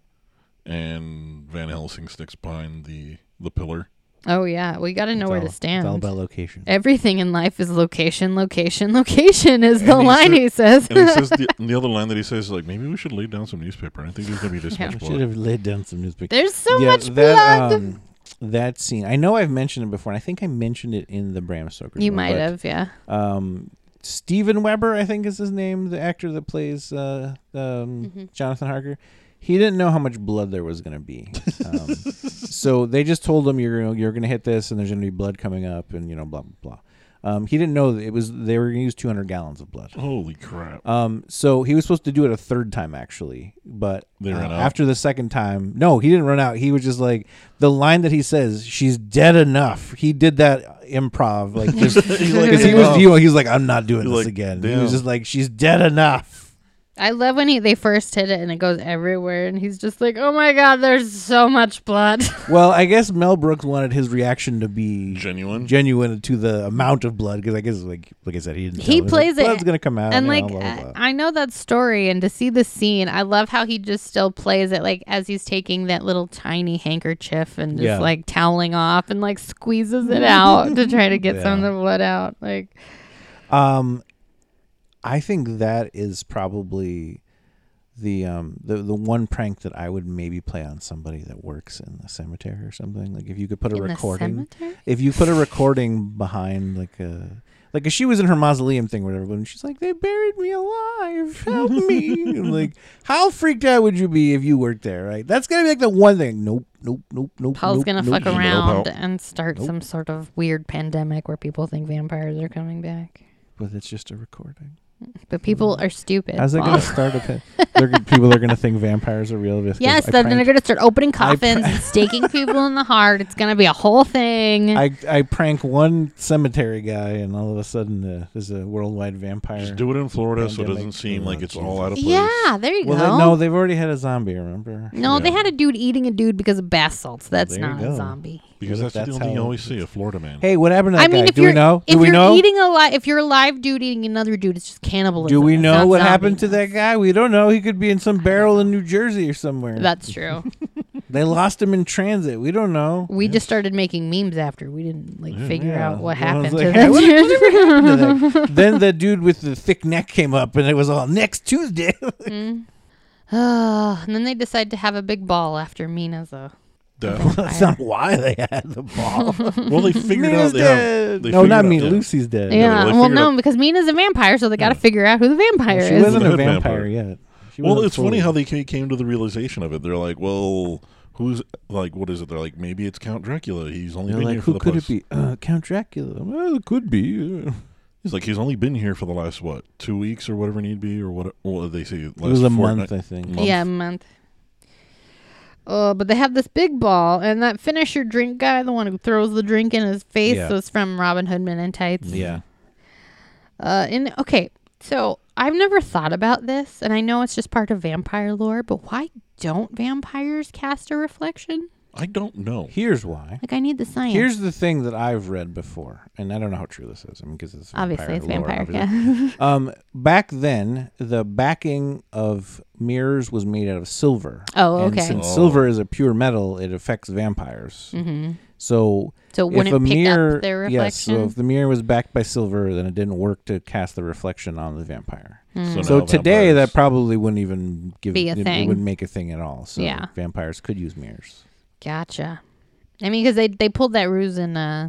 Speaker 2: and Van Helsing sticks behind the the pillar.
Speaker 3: Oh yeah, we got to know where
Speaker 1: It's all-
Speaker 3: to stand. Eh.
Speaker 1: It's all about location.
Speaker 3: Everything in life is location, location, [laughs] location is the
Speaker 2: And he
Speaker 3: line
Speaker 2: said-
Speaker 3: he says.
Speaker 2: And he says the, the other line that he says is like, maybe we should lay down some newspaper. And I think there's gonna be this
Speaker 3: [laughs] Yeah.
Speaker 2: much
Speaker 1: Should
Speaker 2: blood.
Speaker 1: have laid down some newspaper.
Speaker 3: [laughs] There's so
Speaker 1: Yeah,
Speaker 3: much
Speaker 1: that,
Speaker 3: blood.
Speaker 1: um, that scene. I know I've mentioned it before, and I think I mentioned it in the Bram Stoker.
Speaker 3: you
Speaker 1: one,
Speaker 3: might
Speaker 1: but,
Speaker 3: have, yeah.
Speaker 1: Um, Steven Weber, I think is his name, the actor that plays uh, um,
Speaker 3: Mm-hmm.
Speaker 1: Jonathan Harker. He didn't know how much blood there was going to be,
Speaker 3: [laughs]
Speaker 1: um, so they just told him you're gonna, you're going to hit this, and there's going to be blood coming up, and you know blah blah blah. Um, he didn't know that it was they were going to use 200 gallons of blood.
Speaker 2: Holy
Speaker 3: [laughs]
Speaker 2: crap!
Speaker 1: Um, so he was supposed to do it a third time actually, but
Speaker 2: They
Speaker 1: uh,
Speaker 2: ran out?
Speaker 1: after the second time, no, he didn't run out. He was just like the line that he says, "She's dead enough." He did that improv,
Speaker 2: [laughs]
Speaker 1: like just
Speaker 2: He's like,
Speaker 1: because he was,
Speaker 2: "Oh."
Speaker 1: you know, he was like, "I'm not doing
Speaker 2: He's
Speaker 1: this
Speaker 2: like,
Speaker 1: again." He
Speaker 2: "Damn."
Speaker 1: was just like, "She's dead enough."
Speaker 3: I love when he they first hit it and it goes everywhere and he's just like, "Oh my god, there's so much
Speaker 1: [laughs]
Speaker 3: blood."
Speaker 1: Well, I guess Mel Brooks wanted his reaction to be
Speaker 2: genuine.
Speaker 1: genuine to the amount of blood because I guess like like I said, he didn't.
Speaker 3: He
Speaker 1: tell him. He's like,
Speaker 3: plays it,
Speaker 1: Blood's gonna come out
Speaker 3: and
Speaker 1: you know,
Speaker 3: like
Speaker 1: blah, blah, blah."
Speaker 3: I, I know that story and to see the scene, I love how he just still plays it like as he's taking that little tiny handkerchief and just
Speaker 1: Yeah.
Speaker 3: like toweling off and like
Speaker 1: [laughs]
Speaker 3: squeezes it out to try to get some
Speaker 1: Yeah.
Speaker 3: of the blood out. Like
Speaker 1: Um, I think that is probably the um the the one prank that I would maybe play on somebody that works in the cemetery or something. Like if you could put a
Speaker 3: in the
Speaker 1: recording,
Speaker 3: cemetery.
Speaker 1: if you put a recording behind like a. Like 'cause she was in her mausoleum thing, or whatever. When she's like, "They buried me alive,
Speaker 3: [laughs]
Speaker 1: help me!" I'm like, how freaked out would you be if you worked there? Right? That's gonna be like the one thing. Nope, nope, nope, nope.
Speaker 3: Paul's
Speaker 1: nope,
Speaker 3: gonna
Speaker 1: nope,
Speaker 3: fuck
Speaker 1: nope.
Speaker 3: around
Speaker 2: Nope.
Speaker 3: and start some sort of weird pandemic where people think vampires are coming back.
Speaker 1: But it's just a recording.
Speaker 3: But people are stupid.
Speaker 1: Mm. How's it
Speaker 3: Paul.
Speaker 1: going to start a pit? They're, gonna- people are going to think vampires are real. because
Speaker 3: [laughs] Yes,
Speaker 1: I
Speaker 3: then they're
Speaker 1: pranked,
Speaker 3: going to start opening
Speaker 1: I pra-
Speaker 3: coffins and staking people in the heart. It's going to be a whole
Speaker 1: [laughs]
Speaker 3: thing.
Speaker 1: I, I prank one cemetery guy, and all of a sudden uh, there's a worldwide vampire.
Speaker 2: Just do it in Florida, so it
Speaker 1: Pandemic.
Speaker 2: doesn't seem like it's all out of place.
Speaker 3: yeah, there you
Speaker 1: well,
Speaker 3: go.
Speaker 1: they, no, they've already had a zombie. Remember?
Speaker 3: no, they
Speaker 2: Yeah.
Speaker 3: had a dude eating a dude because of bath salts. That's
Speaker 1: There you
Speaker 3: not
Speaker 1: go.
Speaker 3: a zombie.
Speaker 2: because
Speaker 1: What if
Speaker 2: that's, the
Speaker 1: that's
Speaker 2: only thing you
Speaker 1: how-
Speaker 2: always see a Florida man.
Speaker 1: Hey, what happened to that
Speaker 3: I mean,
Speaker 1: guy?
Speaker 3: if
Speaker 1: do
Speaker 3: you're
Speaker 1: we know?
Speaker 3: if
Speaker 1: do we
Speaker 3: you're
Speaker 1: know?
Speaker 3: eating a li- if you're a live dude eating another dude, it's just cannibalism.
Speaker 1: do we
Speaker 3: It's
Speaker 1: know
Speaker 3: not
Speaker 1: what
Speaker 3: zombie.
Speaker 1: happened to that guy? We don't know. He could be in some barrel in New Jersey or somewhere.
Speaker 3: That's true.
Speaker 1: they lost him in transit. We don't know. [laughs]
Speaker 3: We just started making memes after we didn't like figure
Speaker 1: Yeah.
Speaker 3: out what
Speaker 1: Well, [laughs] I was
Speaker 3: happened
Speaker 1: like,
Speaker 3: to
Speaker 1: "Hey,
Speaker 3: that
Speaker 1: what-
Speaker 3: dude. [laughs]
Speaker 1: then the dude with the thick neck came up, and it was all next Tuesday. [laughs]
Speaker 3: [sighs] and then they decide to have a big ball after Mina's a
Speaker 1: [laughs]
Speaker 2: That-
Speaker 1: That's not why they had the ball. [laughs]
Speaker 2: well, they figured out
Speaker 1: Mina's
Speaker 2: they have.
Speaker 1: dead.
Speaker 2: They
Speaker 1: no,
Speaker 2: figured
Speaker 1: not
Speaker 2: out-
Speaker 1: me.
Speaker 2: yeah.
Speaker 1: Lucy's dead.
Speaker 3: Yeah,
Speaker 2: they
Speaker 3: well,
Speaker 2: figured
Speaker 3: no,
Speaker 2: out-
Speaker 3: because Mina's a vampire, so they got to figure out who the vampire
Speaker 1: Well, she
Speaker 3: is.
Speaker 1: wasn't
Speaker 2: She's
Speaker 1: a
Speaker 2: a
Speaker 1: vampire
Speaker 2: vampire.
Speaker 1: yet. She
Speaker 2: Well,
Speaker 1: wasn't
Speaker 2: it's funny
Speaker 1: fully-
Speaker 2: how they ca- came to the realization of it. They're like, well, who's like, what is it? They're like, maybe it's Count Dracula. He's only
Speaker 1: They're
Speaker 2: been
Speaker 1: like,
Speaker 2: here for
Speaker 1: who
Speaker 2: the
Speaker 1: could
Speaker 2: past-"
Speaker 1: it be? Uh, Count Dracula. Well, it could be. Uh,
Speaker 2: He's like, he's only been here for the last what two weeks or whatever need be or what? Well, they say last
Speaker 1: It was a
Speaker 2: fortnight.
Speaker 1: month, I think.
Speaker 2: Month.
Speaker 3: Yeah, a month. Oh, but they have this big ball, and that finisher drink guy, the one who throws the drink in his face,
Speaker 1: Yeah.
Speaker 3: was from Robin Hood Men in Tights.
Speaker 1: Yeah.
Speaker 3: Uh, and okay, so I've never thought about this, and I know it's just part of vampire lore, but why don't vampires cast a reflection?
Speaker 2: I don't know.
Speaker 1: Here's why.
Speaker 3: Like, I need the science.
Speaker 1: Here's the thing that I've read before, and I don't know how true this is. I mean, because it's
Speaker 3: obviously it's
Speaker 1: lore,
Speaker 3: vampire.
Speaker 1: obviously.
Speaker 3: yeah. [laughs]
Speaker 1: Um, back then, the backing of mirrors was made out of silver.
Speaker 3: oh,
Speaker 1: And
Speaker 3: okay.
Speaker 1: since silver is a pure metal, it affects vampires.
Speaker 3: hmm
Speaker 1: So,
Speaker 3: So
Speaker 1: if
Speaker 3: wouldn't
Speaker 1: a
Speaker 3: it pick
Speaker 1: mirror,
Speaker 3: up their
Speaker 1: yes,
Speaker 3: reflection?
Speaker 1: so if the mirror was backed by silver, then it didn't work to cast the reflection on the vampire.
Speaker 2: So,
Speaker 1: Hmm. So
Speaker 2: now
Speaker 1: today,
Speaker 2: vampires-
Speaker 1: that probably wouldn't even give
Speaker 3: Be a
Speaker 1: it- It
Speaker 3: thing.
Speaker 1: wouldn't make a thing at all. So
Speaker 3: Yeah.
Speaker 1: vampires could use mirrors.
Speaker 3: gotcha. I mean, because they they pulled that ruse in uh,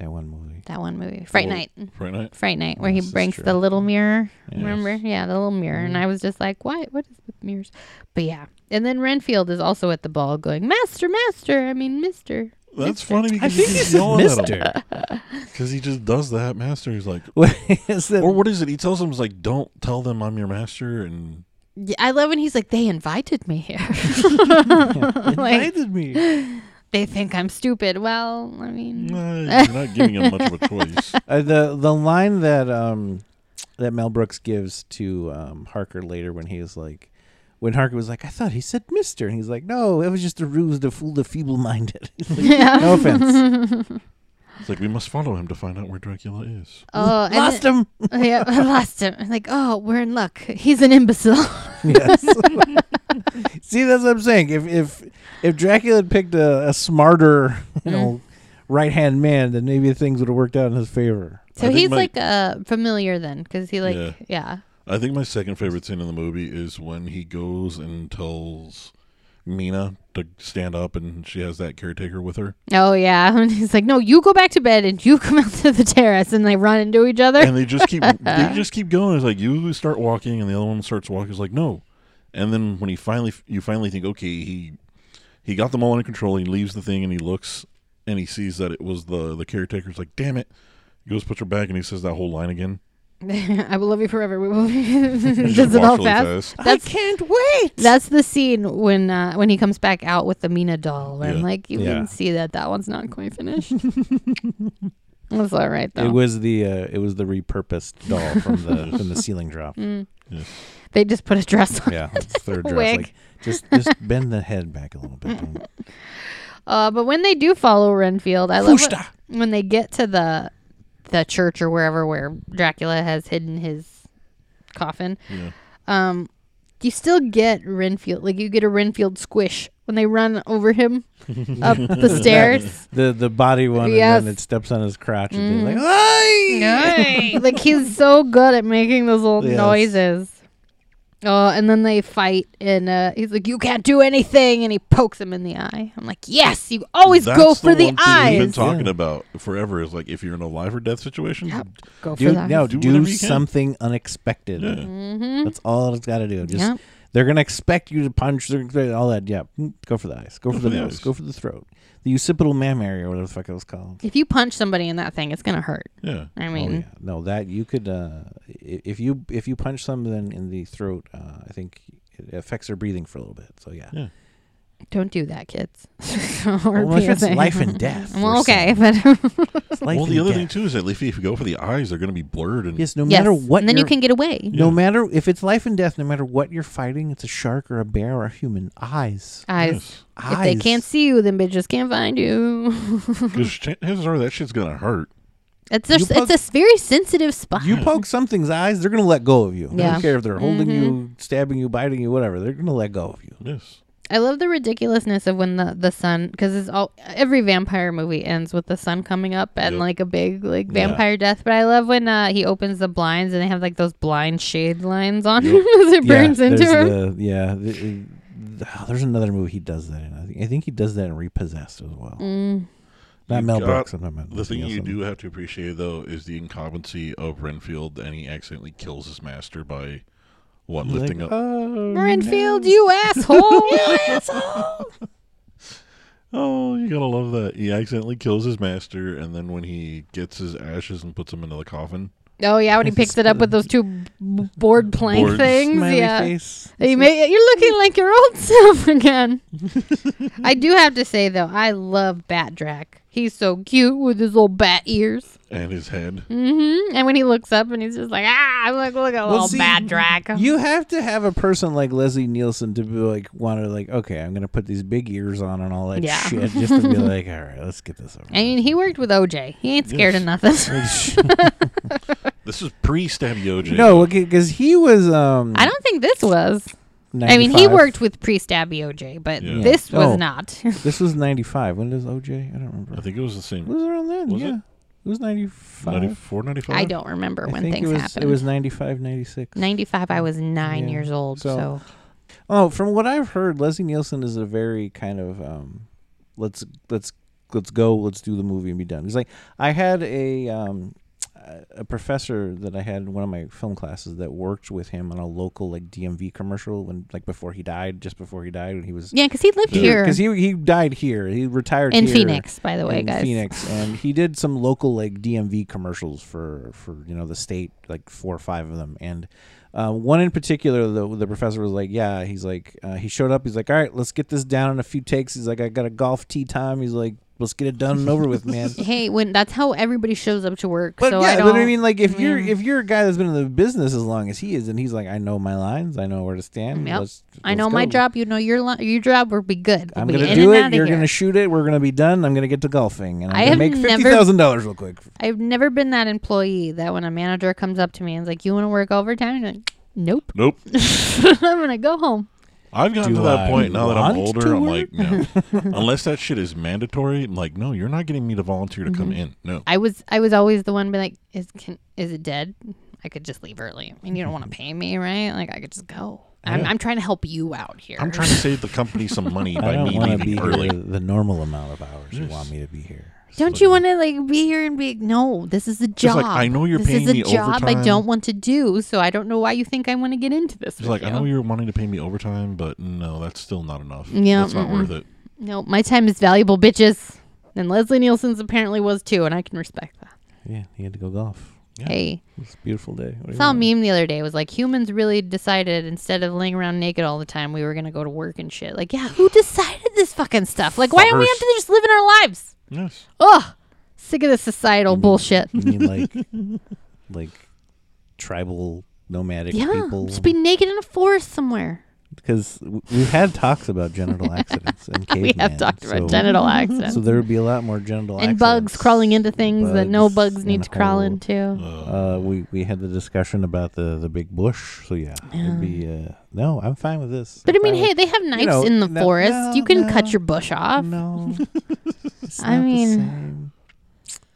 Speaker 1: That one movie.
Speaker 3: that one movie, Fright
Speaker 2: Well,
Speaker 3: Night.
Speaker 2: Fright Night.
Speaker 3: Fright Night, where
Speaker 1: Yes,
Speaker 3: he
Speaker 1: that's
Speaker 3: breaks
Speaker 1: true.
Speaker 3: the little mirror.
Speaker 1: Yes. Mm-hmm.
Speaker 3: Remember? Yeah, the little mirror. And I was just like, what? What is with mirrors? But yeah. And then Renfield is also at the ball going, Master, Master. I mean, Mister.
Speaker 2: That's funny
Speaker 1: [laughs]
Speaker 2: because he's just yelling at him [laughs] because he just does that. Master, he's like,
Speaker 1: What is that? [laughs]
Speaker 2: or what is it? He tells him, he's like, don't tell them I'm your master. And
Speaker 3: Yeah, I love when he's like, they invited me here. [laughs]
Speaker 2: [laughs]
Speaker 3: like,
Speaker 1: Invited me.
Speaker 3: they think I'm stupid. Well, I
Speaker 1: Mm.
Speaker 3: [laughs] mean,
Speaker 2: nah, you're not giving him much of a choice.
Speaker 1: [laughs] Uh, the the line that um that Mel Brooks gives to um Harker later when he was like when Harker was like, I thought he said Mister and he's like, No, it was just a ruse to fool the feeble [laughs] minded.
Speaker 3: [laughs]
Speaker 1: No offense.
Speaker 2: It's like we must follow him to find out where Dracula is.
Speaker 3: oh, and
Speaker 1: Lost
Speaker 3: then-
Speaker 1: him.
Speaker 3: [laughs] yeah, I lost him. I'm Like, oh, we're in luck. He's an imbecile.
Speaker 1: [laughs] yes. [laughs] See, that's what I'm saying. If if if Dracula had picked a, a smarter, you know,
Speaker 3: Mm-hmm.
Speaker 1: right hand man, then maybe things would have worked out in his favor.
Speaker 3: So
Speaker 2: think
Speaker 3: he's
Speaker 2: my-
Speaker 3: like uh, familiar then, because he like,
Speaker 2: Yeah.
Speaker 3: yeah.
Speaker 2: I think my second favorite scene in the movie is when he goes and tells Mina to stand up, and she has that caretaker with her,
Speaker 3: Oh yeah, [laughs] and he's like, "No, you go back to bed, and you [laughs] come out to the terrace, and they run into each other."
Speaker 2: and they just keep
Speaker 3: [laughs]
Speaker 2: they just keep going. It's like you start walking, and the other one starts walking. It's like no, and then when he finally you finally think okay, he he got them all under control. He leaves the thing, and he looks and he sees that it was the the caretaker. He's like damn it. He goes puts her back, and he says that whole line
Speaker 3: [laughs]
Speaker 2: again.
Speaker 3: I will love you forever. We will.
Speaker 2: He
Speaker 3: [laughs] Does
Speaker 2: just
Speaker 3: it
Speaker 2: walks
Speaker 3: all
Speaker 2: really
Speaker 3: fast?
Speaker 2: fast.
Speaker 3: That's
Speaker 1: can't wait.
Speaker 3: that's the scene when uh, when he comes back out with the Mina doll. Where I'm
Speaker 2: Yeah.
Speaker 3: like, you
Speaker 1: Yeah.
Speaker 3: can see that that one's not quite finished. [laughs] That's all right though.
Speaker 1: It was the uh, it was the repurposed doll from
Speaker 3: [laughs]
Speaker 1: the from the ceiling drop.
Speaker 3: Mm.
Speaker 2: Yes.
Speaker 3: They just put a dress on.
Speaker 1: Yeah, it's third dress.
Speaker 3: Wig.
Speaker 1: Like just just bend the head back a little bit.
Speaker 3: Uh, but when they do follow Renfield, [laughs] I love it, when they get to the the church or wherever where Dracula has hidden his coffin.
Speaker 2: Yeah.
Speaker 3: um, you still get Renfield. Like you get a Renfield squish when they run
Speaker 2: [laughs]
Speaker 3: over him up the stairs.
Speaker 1: the the body one, and then
Speaker 3: Yes. Mm.
Speaker 1: it steps on his crotch and be like, "Ah!" "Ay!"
Speaker 3: [laughs] like he's so good at making those little
Speaker 1: Yes.
Speaker 3: noises. Oh, and then they fight, and uh, he's like, "You can't do anything," and he pokes him in the eye. I'm like, "Yes, you always
Speaker 2: That's
Speaker 3: go for the,
Speaker 2: one thing We've been
Speaker 3: eyes.
Speaker 2: talking about forever is like if you're in a life or death situation,
Speaker 3: Yep. Go
Speaker 1: Do
Speaker 3: for the eyes."
Speaker 1: no,
Speaker 2: Do
Speaker 1: do,
Speaker 2: whatever you can.
Speaker 1: something unexpected.
Speaker 2: Yeah.
Speaker 3: Mm-hmm.
Speaker 1: That's all it's got to do. Just
Speaker 3: Yep.
Speaker 1: they're gonna expect you to punch. They're gonna expect all that. Yeah, Mm, go for the eyes. Go, for the
Speaker 2: for the
Speaker 1: nose.
Speaker 2: eyes.
Speaker 1: Go for the throat. The occipital mammary, or whatever the fuck it was called.
Speaker 3: If you punch somebody in that thing, it's gonna hurt.
Speaker 2: yeah,
Speaker 3: I
Speaker 1: Oh
Speaker 3: mean, mm-hmm.
Speaker 1: yeah, no, that you could uh, i- if you if you punch something in the throat, uh, I think it affects their breathing for a little bit. So yeah,
Speaker 2: Yeah.
Speaker 3: don't do that, kids. [laughs]
Speaker 1: Well,
Speaker 3: or
Speaker 1: unless it's
Speaker 3: PSA.
Speaker 1: life
Speaker 3: [laughs]
Speaker 1: and death.
Speaker 3: Well,
Speaker 1: we're
Speaker 3: okay,
Speaker 1: saying.
Speaker 3: but
Speaker 1: It's life
Speaker 2: well, the
Speaker 1: and
Speaker 2: other
Speaker 1: death.
Speaker 2: thing too is that if you if you go for the eyes, they're going to be blurred and
Speaker 1: yes, no
Speaker 3: [laughs] yes.
Speaker 1: matter what,
Speaker 3: and then you
Speaker 1: you're-
Speaker 3: can get away.
Speaker 1: No matter if it's life and death, no matter what you're fighting, it's a shark or a bear or a human. Eyes,
Speaker 3: Eyes.
Speaker 2: Yes.
Speaker 1: eyes.
Speaker 3: If they can't see you, then bitches can't find you. [laughs]
Speaker 2: 'Cause chances are that shit's going to hurt.
Speaker 3: it's just,
Speaker 1: You
Speaker 3: it's a very sensitive spot.
Speaker 1: you poke something's eyes, they're gonna let go of you. I
Speaker 3: Yeah. Mm-hmm.
Speaker 1: don't care if they're holding you, stabbing you, biting you, whatever. They're gonna let go of you.
Speaker 2: Yes,
Speaker 3: I love the ridiculousness of when the the sun because it's all every vampire movie ends with the sun coming up and
Speaker 2: Yep.
Speaker 3: like a big like vampire death. But I love when uh, he opens the blinds and they have like those blind shade lines on him [laughs] as it burns
Speaker 1: yeah,
Speaker 3: into him.
Speaker 1: there's the- yeah, the- the- oh, there's another movie he does that in. I think, I think he does that in Repossessed as well.
Speaker 3: Mm.
Speaker 1: Not
Speaker 2: You
Speaker 1: Mel
Speaker 2: got-
Speaker 1: Brooks. I'm not Mel
Speaker 2: the
Speaker 1: Brooks,
Speaker 2: thing
Speaker 1: something
Speaker 2: you
Speaker 1: else.
Speaker 2: do have to appreciate though is the incompetency of Renfield, and he accidentally kills his master by what
Speaker 1: Like,
Speaker 2: lifting up.
Speaker 1: oh, [laughs]
Speaker 3: Renfield, you asshole! you asshole!
Speaker 2: Oh, you gotta love that. He accidentally kills his master, and then when he gets his ashes and puts them into the coffin,
Speaker 3: Oh yeah, when he picks it up with those two b- board plank
Speaker 2: Boards.
Speaker 3: things.
Speaker 1: Smiley
Speaker 3: yeah.
Speaker 1: face.
Speaker 3: You may, you're looking like your old [laughs]
Speaker 1: [laughs]
Speaker 3: self again. I do have to say though, I love Bat Drac. He's so cute with his little bat ears.
Speaker 2: and his head.
Speaker 3: hmm And when he looks up and he's just like, ah, I'm like, look at
Speaker 1: Well,
Speaker 3: little
Speaker 1: see,
Speaker 3: Bat Drac.
Speaker 1: You have to have a person like Leslie Nielsen to be like, want to like, okay, I'm gonna put these big ears on and all that
Speaker 3: Yeah.
Speaker 1: shit, just to be like, all right, let's get
Speaker 3: [laughs]
Speaker 1: this over.
Speaker 3: I mean, he worked with OJ. He ain't scared of nothing. [laughs]
Speaker 1: with."
Speaker 2: This is pre Stabby
Speaker 1: [laughs]
Speaker 2: OJ.
Speaker 1: no, because he was. um
Speaker 3: I don't think this was. I mean, he
Speaker 1: 95.
Speaker 3: worked with pre-stabby OJ, but
Speaker 2: Yeah.
Speaker 3: this was
Speaker 1: Oh.
Speaker 3: not. [laughs]
Speaker 1: This was '95. When does OJ? I don't remember.
Speaker 2: I think it was the
Speaker 1: It
Speaker 2: same.
Speaker 1: was around then.
Speaker 2: Was it?
Speaker 1: yeah, it, was '95.
Speaker 2: 94, 95?
Speaker 3: I don't remember when
Speaker 1: think
Speaker 3: things
Speaker 1: it was,
Speaker 3: happened.
Speaker 1: It was 95, 96.
Speaker 3: 95. I was nine
Speaker 1: Yeah.
Speaker 3: years old,
Speaker 1: So-
Speaker 3: so.
Speaker 1: Oh, from what I've heard, Leslie Nielsen is a very kind of um, let's let's let's go, let's do the movie and be done. He's like I had a um, a- a professor that I had in one of my film classes that worked with him on a local like DMV commercial when like before he died, just before he died when he was
Speaker 3: Yeah, because he lived here
Speaker 1: because he he died here, he retired
Speaker 3: in
Speaker 1: here
Speaker 3: Phoenix, by the way,
Speaker 1: in
Speaker 3: guys.
Speaker 1: Phoenix, and he did some local like DMV commercials for for you know the state, like four or five of them, and uh, one in particular, the the professor was like, yeah, he's like, uh, he showed up, he's like, all right, let's get this down in a few takes. He's like, I got a golf tee time. He's like, let's get it done and over with,
Speaker 3: [laughs]
Speaker 1: man.
Speaker 3: Hey, when that's how everybody shows up to work.
Speaker 1: But
Speaker 3: so
Speaker 1: yeah,
Speaker 3: I don't.
Speaker 1: but I mean, like, if you're
Speaker 3: yeah.
Speaker 1: if you're a guy that's been in the business as long as he is, and he's like, I know my lines, I know where to stand.
Speaker 3: Yep.
Speaker 1: let's-
Speaker 3: I
Speaker 1: let's
Speaker 3: know my
Speaker 1: go."
Speaker 3: job. You know your li- your job. will be good.
Speaker 1: I'm
Speaker 3: We'll be
Speaker 1: gonna
Speaker 3: in
Speaker 1: do
Speaker 3: and
Speaker 1: it.
Speaker 3: outta
Speaker 1: You're
Speaker 3: here.
Speaker 1: gonna shoot it. We're gonna be done. I'm gonna get to golfing, and I'm
Speaker 3: I
Speaker 1: gonna
Speaker 3: have
Speaker 1: make
Speaker 3: never-
Speaker 1: fifty thousand dollars real quick.
Speaker 3: I've never been that employee that when a manager comes up to me and is like, "You want to work overtime?" And I'm like, "Nope, [laughs]
Speaker 2: Nope.
Speaker 3: I'm gonna go home."
Speaker 2: I've gotten
Speaker 1: Do
Speaker 2: to that
Speaker 1: I
Speaker 2: point now that I'm
Speaker 1: want
Speaker 2: older.
Speaker 1: to
Speaker 2: I'm
Speaker 1: work?
Speaker 2: like, no.
Speaker 1: [laughs]
Speaker 2: Unless that shit is mandatory, I'm like, no, you're not getting me to volunteer to come
Speaker 1: Mm-hmm.
Speaker 2: in. No.
Speaker 3: I was I was always the one be like, "Is can is it dead? I could just leave early. I mean, you
Speaker 1: [laughs]
Speaker 3: don't want to pay me, right? Like I could just go. I'm, I'm trying to help you out here.
Speaker 2: I'm trying to save the company some money
Speaker 1: I
Speaker 2: by
Speaker 1: don't
Speaker 2: me
Speaker 1: want to
Speaker 2: leaving
Speaker 1: be
Speaker 2: early.
Speaker 1: here the normal amount of hours you
Speaker 2: Yes.
Speaker 1: want me to be here.
Speaker 3: Don't you want to like be here and be like, no, this is a
Speaker 2: Just
Speaker 3: job.
Speaker 2: like, I know you're
Speaker 3: this
Speaker 2: paying
Speaker 3: is a
Speaker 2: me
Speaker 3: job I
Speaker 2: overtime.
Speaker 3: don't want to do, so I don't know why you think I want to get into this.
Speaker 2: It's
Speaker 3: with
Speaker 2: like, I
Speaker 3: you.
Speaker 2: know you're wanting to pay me overtime, but no, that's still not enough.
Speaker 3: Yeah,
Speaker 2: That's not
Speaker 3: mm-mm.
Speaker 2: worth it.
Speaker 3: No, my time is valuable, bitches. And Leslie Nielsen's apparently was too, and I can respect that.
Speaker 1: Yeah, he had to go golf.
Speaker 2: Yeah.
Speaker 3: Hey,
Speaker 1: It's a beautiful day. What do you
Speaker 3: saw a
Speaker 1: want?
Speaker 3: meme the other day. It was like humans really decided instead of laying around naked all the time, we were gonna go to work and shit. Like, yeah, who decided this fucking stuff? Like, why don't we
Speaker 2: Fuckers.
Speaker 3: have to just live in our lives?
Speaker 2: Yes.
Speaker 3: Ugh, sick of this
Speaker 2: Mm.
Speaker 3: societal bullshit.
Speaker 1: You mean like [laughs] like tribal nomadic
Speaker 3: Yeah,
Speaker 1: people?
Speaker 3: just be naked in a forest somewhere.
Speaker 1: Because w- we've had talks about
Speaker 3: [laughs]
Speaker 1: genital accidents and cavemen.
Speaker 3: we have talked
Speaker 1: [laughs]
Speaker 3: about
Speaker 1: so,
Speaker 3: genital accidents
Speaker 1: So there would be a lot more genital
Speaker 3: and
Speaker 1: accidents.
Speaker 3: bugs crawling into things that no
Speaker 1: Bugs
Speaker 3: bugs need
Speaker 1: and
Speaker 3: to crawl
Speaker 1: whole-
Speaker 3: into.
Speaker 2: Uh,
Speaker 1: Uh, we we had the discussion about the the big bush. So yeah, it'd be uh, no. I'm fine with this.
Speaker 3: But I
Speaker 1: I'm
Speaker 3: mean,
Speaker 1: fine with-
Speaker 3: hey, they have knives
Speaker 1: know,
Speaker 3: in the
Speaker 1: no-
Speaker 3: forest. you
Speaker 1: no,
Speaker 3: can
Speaker 1: no,
Speaker 3: cut your bush off. [laughs]
Speaker 1: No. It's
Speaker 3: I
Speaker 1: not the
Speaker 3: mean-
Speaker 1: same.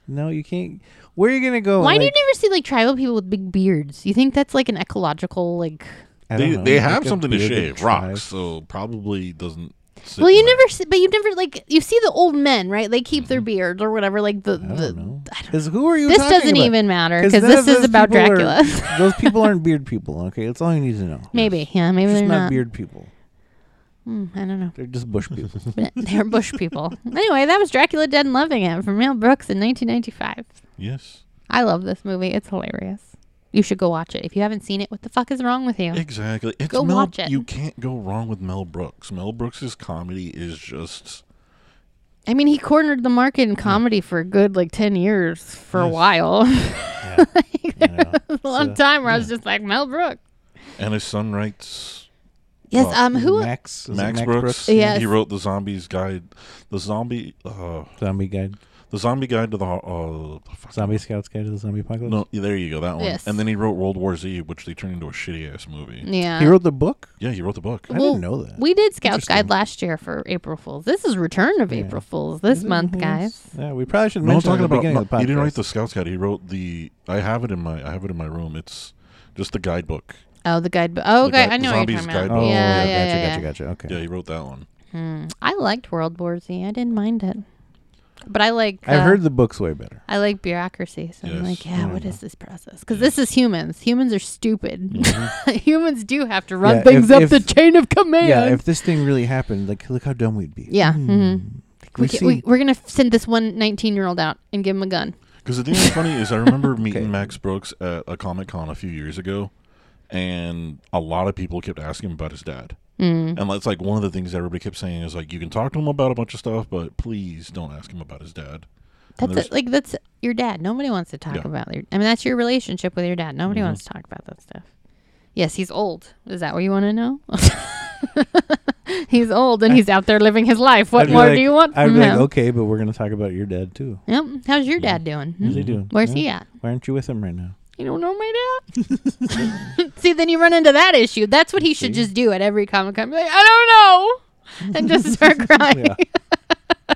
Speaker 1: no, you can't. Where are you gonna go?
Speaker 3: Why
Speaker 1: like,
Speaker 3: do you never see like tribal people with big beards? You think that's like an ecological like?
Speaker 1: I don't
Speaker 2: they
Speaker 1: know,
Speaker 2: they
Speaker 1: like
Speaker 2: have
Speaker 1: a
Speaker 2: something to
Speaker 1: bearded
Speaker 2: shave,
Speaker 1: tribe.
Speaker 2: rocks, so probably doesn't. sit
Speaker 3: Well, you
Speaker 2: in that.
Speaker 3: never, see, but you never like you see the old men, right? They keep their beards or whatever. Like the,
Speaker 1: Mm. I
Speaker 3: the
Speaker 1: don't know. 'Cause who are you?
Speaker 3: this
Speaker 1: talking
Speaker 3: doesn't
Speaker 1: about?
Speaker 3: even matter because
Speaker 1: none of
Speaker 3: this is
Speaker 1: those
Speaker 3: about
Speaker 1: people
Speaker 3: Dracula. [laughs]
Speaker 1: are- [laughs] those people aren't beard people. Okay, that's all you need to know.
Speaker 3: maybe, yeah, maybe
Speaker 1: They're just
Speaker 3: they're
Speaker 1: not,
Speaker 3: not.
Speaker 1: beard people.
Speaker 3: Mm, I don't know. [laughs]
Speaker 1: They're just bush people.
Speaker 3: But they're bush people. [laughs] Anyway, that was Dracula Dead and Loving It from Mel Brooks in 1995.
Speaker 2: Yes.
Speaker 3: I love this movie. It's hilarious. You should go watch it. If you haven't seen it, what the fuck is wrong with you?
Speaker 2: Exactly. It's
Speaker 3: Go
Speaker 2: Mel,
Speaker 3: watch it.
Speaker 2: You can't go wrong with Mel Brooks. Mel Brooks's comedy is just
Speaker 3: I mean, he cornered the market in comedy for a good like 10 years for a while. [laughs]
Speaker 1: Yeah, I know.
Speaker 3: a
Speaker 1: uh,
Speaker 3: long time where I was just like, Mel Brooks.
Speaker 2: and his son writes
Speaker 3: Yes,
Speaker 2: Well,
Speaker 3: um, who?
Speaker 1: Max is it
Speaker 2: Max, Brooks.
Speaker 3: Brooks? Yes.
Speaker 2: He wrote the Zombies Guide, the zombie, uh,
Speaker 1: Zombie guide,
Speaker 2: the Zombie Guide to the Ho- uh, fuck.
Speaker 1: zombie scouts guide to the zombie apocalypse.
Speaker 2: No, yeah, there you go, that one.
Speaker 3: Yes. Mm.
Speaker 2: And then he wrote World War Z, which they turned into a shitty ass movie.
Speaker 3: Yeah.
Speaker 1: he wrote the book.
Speaker 2: Yeah, he wrote the book.
Speaker 1: I
Speaker 3: Well,
Speaker 1: didn't know that.
Speaker 3: we did Scout's Guide
Speaker 1: Interesting.
Speaker 3: last year for April Fools. This is Return of
Speaker 1: Yeah. Mm-hmm.
Speaker 3: April Fools
Speaker 1: Is
Speaker 3: this
Speaker 1: it
Speaker 3: month,
Speaker 1: who
Speaker 3: guys.
Speaker 1: else? Yeah, we probably should
Speaker 2: No, I'm
Speaker 1: mention
Speaker 2: talking
Speaker 1: it at the
Speaker 2: about.
Speaker 1: beginning
Speaker 2: No,
Speaker 1: of the podcast.
Speaker 2: he didn't write the Scout's Guide. He wrote the. I have it in my. I have it in my room. It's just the guidebook.
Speaker 3: Oh, the guidebook. Oh,
Speaker 2: The
Speaker 3: okay.
Speaker 2: guide-
Speaker 3: I know what
Speaker 2: Zombies
Speaker 3: you're talking about.
Speaker 2: guidebook.
Speaker 1: Oh,
Speaker 3: yeah, yeah,
Speaker 1: gotcha,
Speaker 3: yeah, yeah.
Speaker 1: gotcha, gotcha. Okay.
Speaker 2: Yeah, he wrote that one.
Speaker 3: Hmm. I liked World War Z. I didn't mind it. But I like.
Speaker 1: I've
Speaker 3: uh,
Speaker 1: heard the book's way better.
Speaker 3: I like bureaucracy, so I'm like,
Speaker 2: Yes.
Speaker 3: yeah,
Speaker 1: Mm.
Speaker 3: what is this process? Because this is humans. Humans are stupid. [laughs] humans do have to run
Speaker 1: Mm-hmm. Yeah,
Speaker 3: things
Speaker 1: if-
Speaker 3: up
Speaker 1: if-
Speaker 3: the chain of command.
Speaker 1: Yeah, if this thing really happened, like look how dumb we'd be.
Speaker 3: Yeah, mhm. We
Speaker 1: We
Speaker 3: can,
Speaker 1: see-
Speaker 3: we, we're gonna send this one 19 year old out and give him a gun.
Speaker 2: Because the thing that's funny is
Speaker 1: [laughs]
Speaker 2: I remember meeting Max Brooks at a Comic Con a few years ago, and a lot of people kept asking him about his dad. Mm. And that's like one of the things everybody kept saying is like, you can talk to him about a bunch of stuff, but please don't ask him about his dad. And
Speaker 3: That's
Speaker 2: there's-
Speaker 3: it like that's your dad. Nobody wants to talk
Speaker 2: Yeah.
Speaker 3: about your. I mean, that's your relationship with your dad. Nobody
Speaker 1: Mm-hmm.
Speaker 3: wants to talk about that stuff. Yes, he's old. Is that what you want to know? [laughs] he's old and he's out there living his life. What
Speaker 1: I'd be
Speaker 3: more
Speaker 1: like-
Speaker 3: do you want
Speaker 1: I'd
Speaker 3: from
Speaker 1: be
Speaker 3: him?
Speaker 1: like, okay, but we're gonna talk about your dad too.
Speaker 3: Yep. How's your dad doing?
Speaker 1: How's
Speaker 3: Hmm?
Speaker 1: he doing?
Speaker 3: Where's
Speaker 1: Mm-hmm. Yeah.
Speaker 3: he at?
Speaker 1: Why aren't you with him right
Speaker 3: [laughs]
Speaker 1: now?
Speaker 3: You don't know my
Speaker 1: [laughs]
Speaker 3: dad. [laughs] See, then you run into that issue. That's what he should just do at every comic con. Be like, I don't know,
Speaker 1: [laughs]
Speaker 3: and just start crying. [laughs]
Speaker 1: Yeah.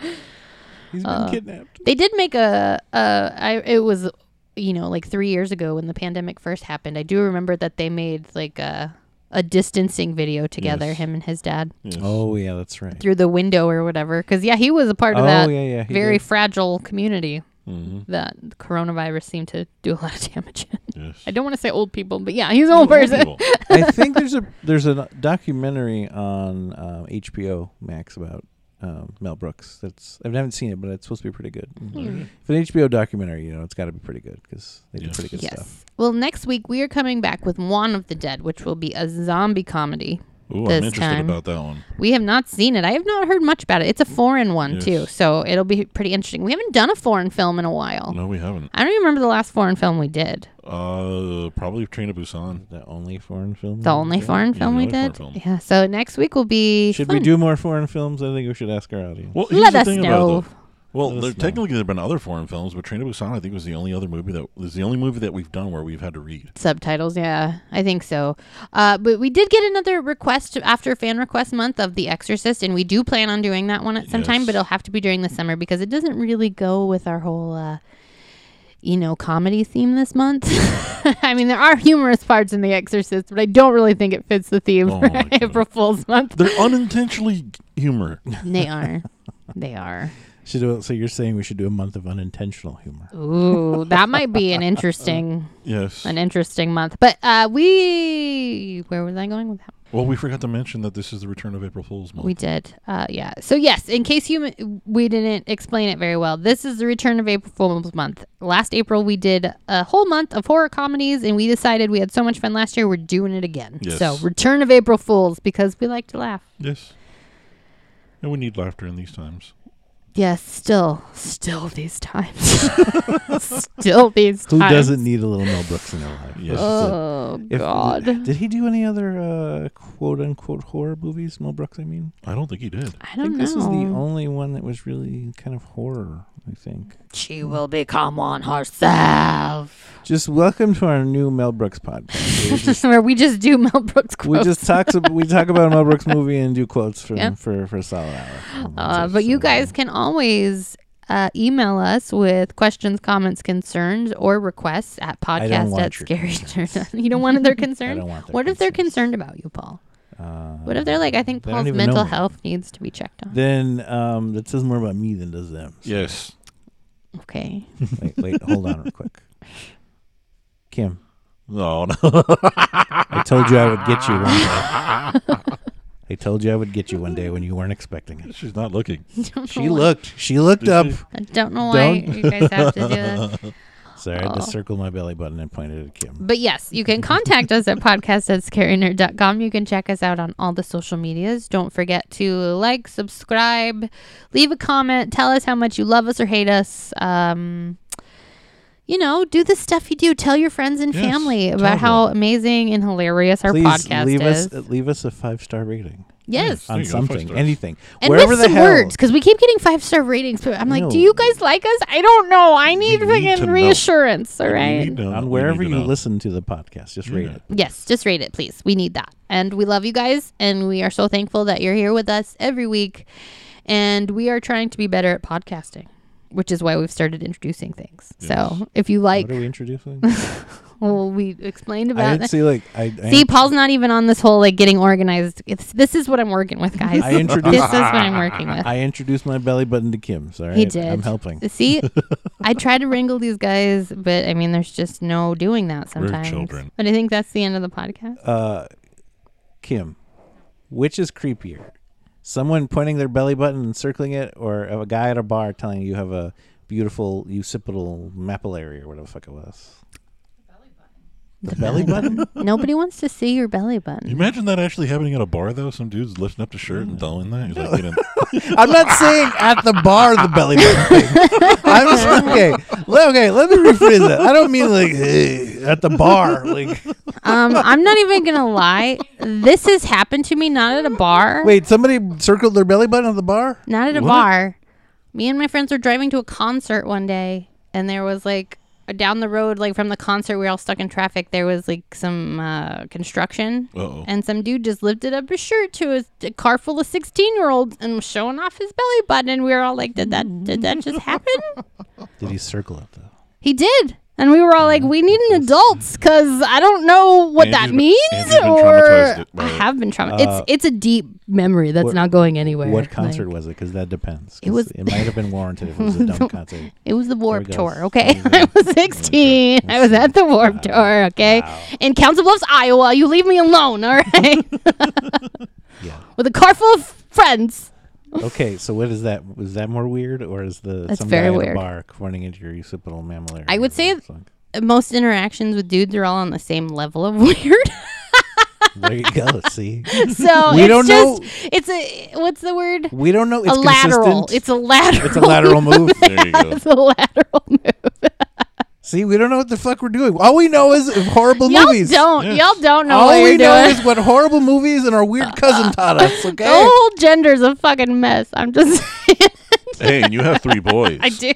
Speaker 1: He's been
Speaker 3: Uh,
Speaker 1: kidnapped.
Speaker 3: They did make a uh I it was you know like 3 years ago when the pandemic first happened. I do remember that they made like a a distancing video together
Speaker 2: Yes.
Speaker 3: him and his dad
Speaker 2: Yes.
Speaker 1: Oh yeah, that's right.
Speaker 3: through the window or whatever cuz yeah, he was a part of
Speaker 1: Oh,
Speaker 3: that
Speaker 1: yeah, yeah, he
Speaker 3: very [laughs]
Speaker 1: did.
Speaker 3: fragile community
Speaker 2: Mhm.
Speaker 3: that the coronavirus seemed to do a lot of [laughs] damage. in.
Speaker 2: Yes.
Speaker 3: I don't want to say old people, but yeah, he's an old person.
Speaker 2: People.
Speaker 1: I think there's a there's a documentary on um, HBO Max about um, Mel Brooks. That's I haven't seen it, but it's supposed to be pretty good.
Speaker 3: Hmm.
Speaker 1: If an HBO documentary, you know, it's got to be pretty good because they do
Speaker 2: Yes.
Speaker 1: pretty good
Speaker 3: Yes.
Speaker 1: stuff.
Speaker 3: Well, next week we are coming back with One of the Dead, which will be a zombie comedy.
Speaker 2: Ooh,
Speaker 3: This
Speaker 2: I'm interested
Speaker 3: time.
Speaker 2: about that one.
Speaker 3: We have not seen it. I have not heard much about it. It's a foreign one
Speaker 2: Yes.
Speaker 3: too, so it'll be pretty interesting. We haven't done a foreign film in a while.
Speaker 2: No, we haven't.
Speaker 3: I don't even remember the last foreign film we did.
Speaker 2: Uh, probably Train to Busan.
Speaker 1: The only foreign film.
Speaker 3: The only foreign
Speaker 2: Mm, the
Speaker 3: film we
Speaker 2: only foreign
Speaker 3: did.
Speaker 2: film.
Speaker 3: Yeah. So next week will be.
Speaker 1: Should we
Speaker 3: fun.
Speaker 1: do more foreign films? I think we should ask our audience.
Speaker 2: Well, here's
Speaker 3: Let
Speaker 2: the
Speaker 3: us
Speaker 2: thing about
Speaker 3: know.
Speaker 2: it, though. Well,
Speaker 1: Let
Speaker 2: there,
Speaker 1: us know.
Speaker 2: technically there've been other foreign films, but Train to Busan I think was the only other movie that was the only movie that we've done where we've had to read.
Speaker 3: subtitles? Yeah, I think so. Uh, but we did get another request after fan request month of The Exorcist, and we do plan on doing that one at some time,
Speaker 2: Yes.
Speaker 3: but it'll have to be during the summer because it doesn't really go with our whole. Uh, you know, comedy theme this month. [laughs] I mean, there are humorous parts in The Exorcist, but I don't really think it fits the theme
Speaker 2: Oh
Speaker 3: for
Speaker 2: my God.
Speaker 3: [laughs] April
Speaker 2: [laughs]
Speaker 3: Fool's Month.
Speaker 2: They're
Speaker 3: [laughs]
Speaker 2: unintentionally humor.
Speaker 3: They are. They are.
Speaker 1: Should do, so you're saying we should do a month of unintentional humor?
Speaker 3: Ooh, that might be an interesting
Speaker 2: Yes.
Speaker 3: an interesting month. But uh we where was I going with that?
Speaker 2: Well, we forgot to mention that this is the return of April Fool's month.
Speaker 3: We did. Uh yeah. So yes, in case you m- we didn't explain it very well. This is the return of April Fool's month. Last April we did a whole month of horror comedies and we decided we had so much fun last year we're doing it again.
Speaker 2: Yes.
Speaker 3: So, return of April Fools because we like to laugh.
Speaker 2: yes. And we need laughter in these times.
Speaker 3: Yes, still still these times. [laughs] still these
Speaker 1: Who
Speaker 3: times.
Speaker 1: doesn't need a little Mel Brooks in their life?
Speaker 2: Yes.
Speaker 1: This is it.
Speaker 3: Oh
Speaker 1: If-
Speaker 3: god.
Speaker 1: Did he do any other uh, quote unquote horror movies? Mel Brooks, I mean.
Speaker 2: I don't think he did.
Speaker 3: I
Speaker 1: I
Speaker 3: don't
Speaker 1: think
Speaker 3: know.
Speaker 1: this is the only one that was really kind of horror, I think.
Speaker 3: She will become one herself.
Speaker 1: Just welcome to our new Mel Brooks podcast. where We just,
Speaker 3: [laughs] Where we just do Mel Brooks
Speaker 1: we
Speaker 3: quotes.
Speaker 1: just talk ab- we talk about a Mel Brooks movie and do quotes for
Speaker 3: Yeah.
Speaker 1: for, for a solid hour.
Speaker 3: uh,
Speaker 1: That's it,
Speaker 3: but you
Speaker 1: so-
Speaker 3: guys can always uh, email us with questions, comments, concerns, or requests at
Speaker 1: I don't
Speaker 3: podcast
Speaker 1: want
Speaker 3: at
Speaker 1: your
Speaker 3: scary. [laughs] you don't
Speaker 1: [laughs]
Speaker 3: want their concern?
Speaker 1: don't want their
Speaker 3: what if they're
Speaker 1: concerns.
Speaker 3: concerned about you, Paul?
Speaker 1: Uh,
Speaker 3: What if they're like, I think
Speaker 1: They don't
Speaker 3: Paul's
Speaker 1: even know
Speaker 3: mental
Speaker 1: me.
Speaker 3: health needs to be checked on?
Speaker 1: Then um, that says more about me than does them.
Speaker 2: Yes.
Speaker 3: Okay. [laughs]
Speaker 1: Wait, wait, hold on real quick. Kim,
Speaker 2: No, [laughs] no.
Speaker 1: I told you I would get you one day. I told you I would get you one day when you weren't expecting it.
Speaker 2: She's not looking.
Speaker 1: She looked. She looked up.
Speaker 3: I don't know why you guys
Speaker 1: [laughs]
Speaker 3: have to do this.
Speaker 1: Sorry, I had
Speaker 3: Oh.
Speaker 1: to circle my belly button and point it at Kim.
Speaker 3: But yes, you can contact us at podcast at scarynerd.com. You can check us out on all the social medias. Don't forget to like, subscribe, leave a comment, tell us how much you love us or hate us. Um, you know, do the stuff you do. Tell your friends and
Speaker 2: Yes,
Speaker 3: family
Speaker 2: tell
Speaker 3: about how
Speaker 2: them.
Speaker 3: amazing and hilarious our
Speaker 1: Please
Speaker 3: podcast
Speaker 1: leave
Speaker 3: is.
Speaker 1: us uh, leave us a five star rating
Speaker 3: yes.
Speaker 2: There
Speaker 1: on
Speaker 2: you go, five
Speaker 1: something,
Speaker 2: stars.
Speaker 1: anything,
Speaker 3: And
Speaker 1: wherever
Speaker 3: with
Speaker 1: the
Speaker 3: some
Speaker 1: hell.
Speaker 3: words, because we keep getting five star ratings. But I'm like, do
Speaker 1: No.
Speaker 3: you guys like us? I don't know. I need
Speaker 2: We need to
Speaker 3: fucking
Speaker 2: know.
Speaker 3: reassurance. All right.
Speaker 2: We need to know.
Speaker 1: On
Speaker 2: We
Speaker 1: wherever
Speaker 2: need to
Speaker 1: you
Speaker 2: know.
Speaker 1: listen to the podcast, just rate
Speaker 2: Yeah.
Speaker 1: it.
Speaker 3: Yes, just rate it, please. We need that. And we love you guys. And we are so thankful that you're here with us every week. And we are trying to be better at podcasting, which is why we've started introducing things. So if you like,
Speaker 1: What are we
Speaker 3: [laughs]
Speaker 1: introducing?
Speaker 3: well, we explained
Speaker 1: I
Speaker 3: about
Speaker 1: didn't see like I, I
Speaker 3: See, Paul's not even on this whole like getting organized. It's, this is what I'm working with, guys.
Speaker 1: I introduced-
Speaker 3: this is what I'm working
Speaker 1: [laughs]
Speaker 3: with.
Speaker 1: I introduced my belly button to Kim. Sorry,
Speaker 3: He did.
Speaker 1: I'm helping. [laughs]
Speaker 3: See, I try to wrangle these guys, but I mean, there's just no doing that
Speaker 2: We're
Speaker 3: sometimes.
Speaker 2: children.
Speaker 3: But I think that's the end of the podcast.
Speaker 1: Uh, Kim, which is creepier, Someone pointing their belly button and circling it, or a guy at a bar telling you have a beautiful occipital mapillary or whatever the fuck it was. The belly button. The belly button?
Speaker 3: Nobody wants to see your belly button.
Speaker 2: Imagine that actually happening at a bar, though. Some dude's lifting up the shirt
Speaker 3: Mm.
Speaker 2: and throwing that. He's
Speaker 3: [laughs]
Speaker 2: like, you know,
Speaker 1: I'm not saying at the bar the belly button. Thing. I'm just okay. le- Okay, let me rephrase that. I don't mean like eh, at the bar. Like,
Speaker 2: [laughs]
Speaker 3: Um, I'm not even gonna lie. This has happened to me not at a bar,
Speaker 1: wait, somebody circled their belly button at the bar?
Speaker 3: not at a
Speaker 2: What?
Speaker 3: bar. Me and my friends were driving to a concert one day, and there was like down the road, like from the concert, we were all stuck in traffic. There was like some uh, construction,
Speaker 2: Uh-oh.
Speaker 3: and some dude just lifted up his shirt to his a car full of 16 year olds and was showing off his belly button. And we were all like, "Did that? Did that just happen?"
Speaker 1: Did he circle it though?
Speaker 3: He did. And we were all like, we need an adults because I don't know what
Speaker 2: Andy's
Speaker 3: that
Speaker 2: been-
Speaker 3: means.
Speaker 2: Andy's been
Speaker 3: or
Speaker 2: traumatized by
Speaker 3: I
Speaker 2: it.
Speaker 3: have been traumatized. it's it's a deep memory that's
Speaker 1: Uh, what-
Speaker 3: not going anywhere.
Speaker 1: What concert
Speaker 3: Like,
Speaker 1: was it? Because that depends. 'Cause
Speaker 3: It was-
Speaker 1: It might have been warranted if it
Speaker 3: [laughs]
Speaker 1: was a dumb concert.
Speaker 3: it was the Warp
Speaker 1: goes.
Speaker 3: Tour. Okay,
Speaker 1: There we go.
Speaker 3: [laughs] I was 16. I was at the Warp Tour. Okay, in Council Bluffs, Iowa. You leave me alone. All
Speaker 1: [laughs]
Speaker 3: right, [laughs]
Speaker 1: Yeah.
Speaker 3: with a car full of friends.
Speaker 1: Okay. So what is that? Was that more weird, or is the
Speaker 3: That's
Speaker 1: some
Speaker 3: very
Speaker 1: guy at
Speaker 3: weird.
Speaker 1: a bar pointing into your occipital mammillary?
Speaker 3: I would say-
Speaker 1: It's like,
Speaker 3: Most interactions with dudes are all on the same level of [laughs] weird.
Speaker 1: there you
Speaker 3: [laughs]
Speaker 1: go. See,
Speaker 3: so
Speaker 1: We
Speaker 3: it's
Speaker 1: don't
Speaker 3: just
Speaker 1: know-
Speaker 3: it's a what's the word?
Speaker 1: we don't know. It's
Speaker 3: a lateral.
Speaker 1: consistent.
Speaker 3: It's a lateral.
Speaker 1: It's a lateral
Speaker 3: [laughs]
Speaker 1: move.
Speaker 2: there you go.
Speaker 3: It's a lateral move.
Speaker 1: See, we don't know what the fuck we're doing. All we know is horrible
Speaker 3: Y'all
Speaker 1: movies.
Speaker 3: don't.
Speaker 2: Yes.
Speaker 3: Y'all don't know what
Speaker 1: All
Speaker 3: you're
Speaker 1: we know
Speaker 3: doing. Oh.
Speaker 1: is what horrible movies and our weird
Speaker 3: [laughs]
Speaker 1: cousin taught us. Okay.
Speaker 3: The whole gender's a fucking mess. I'm just [laughs] saying.
Speaker 2: hey, and you have three boys.
Speaker 3: I do.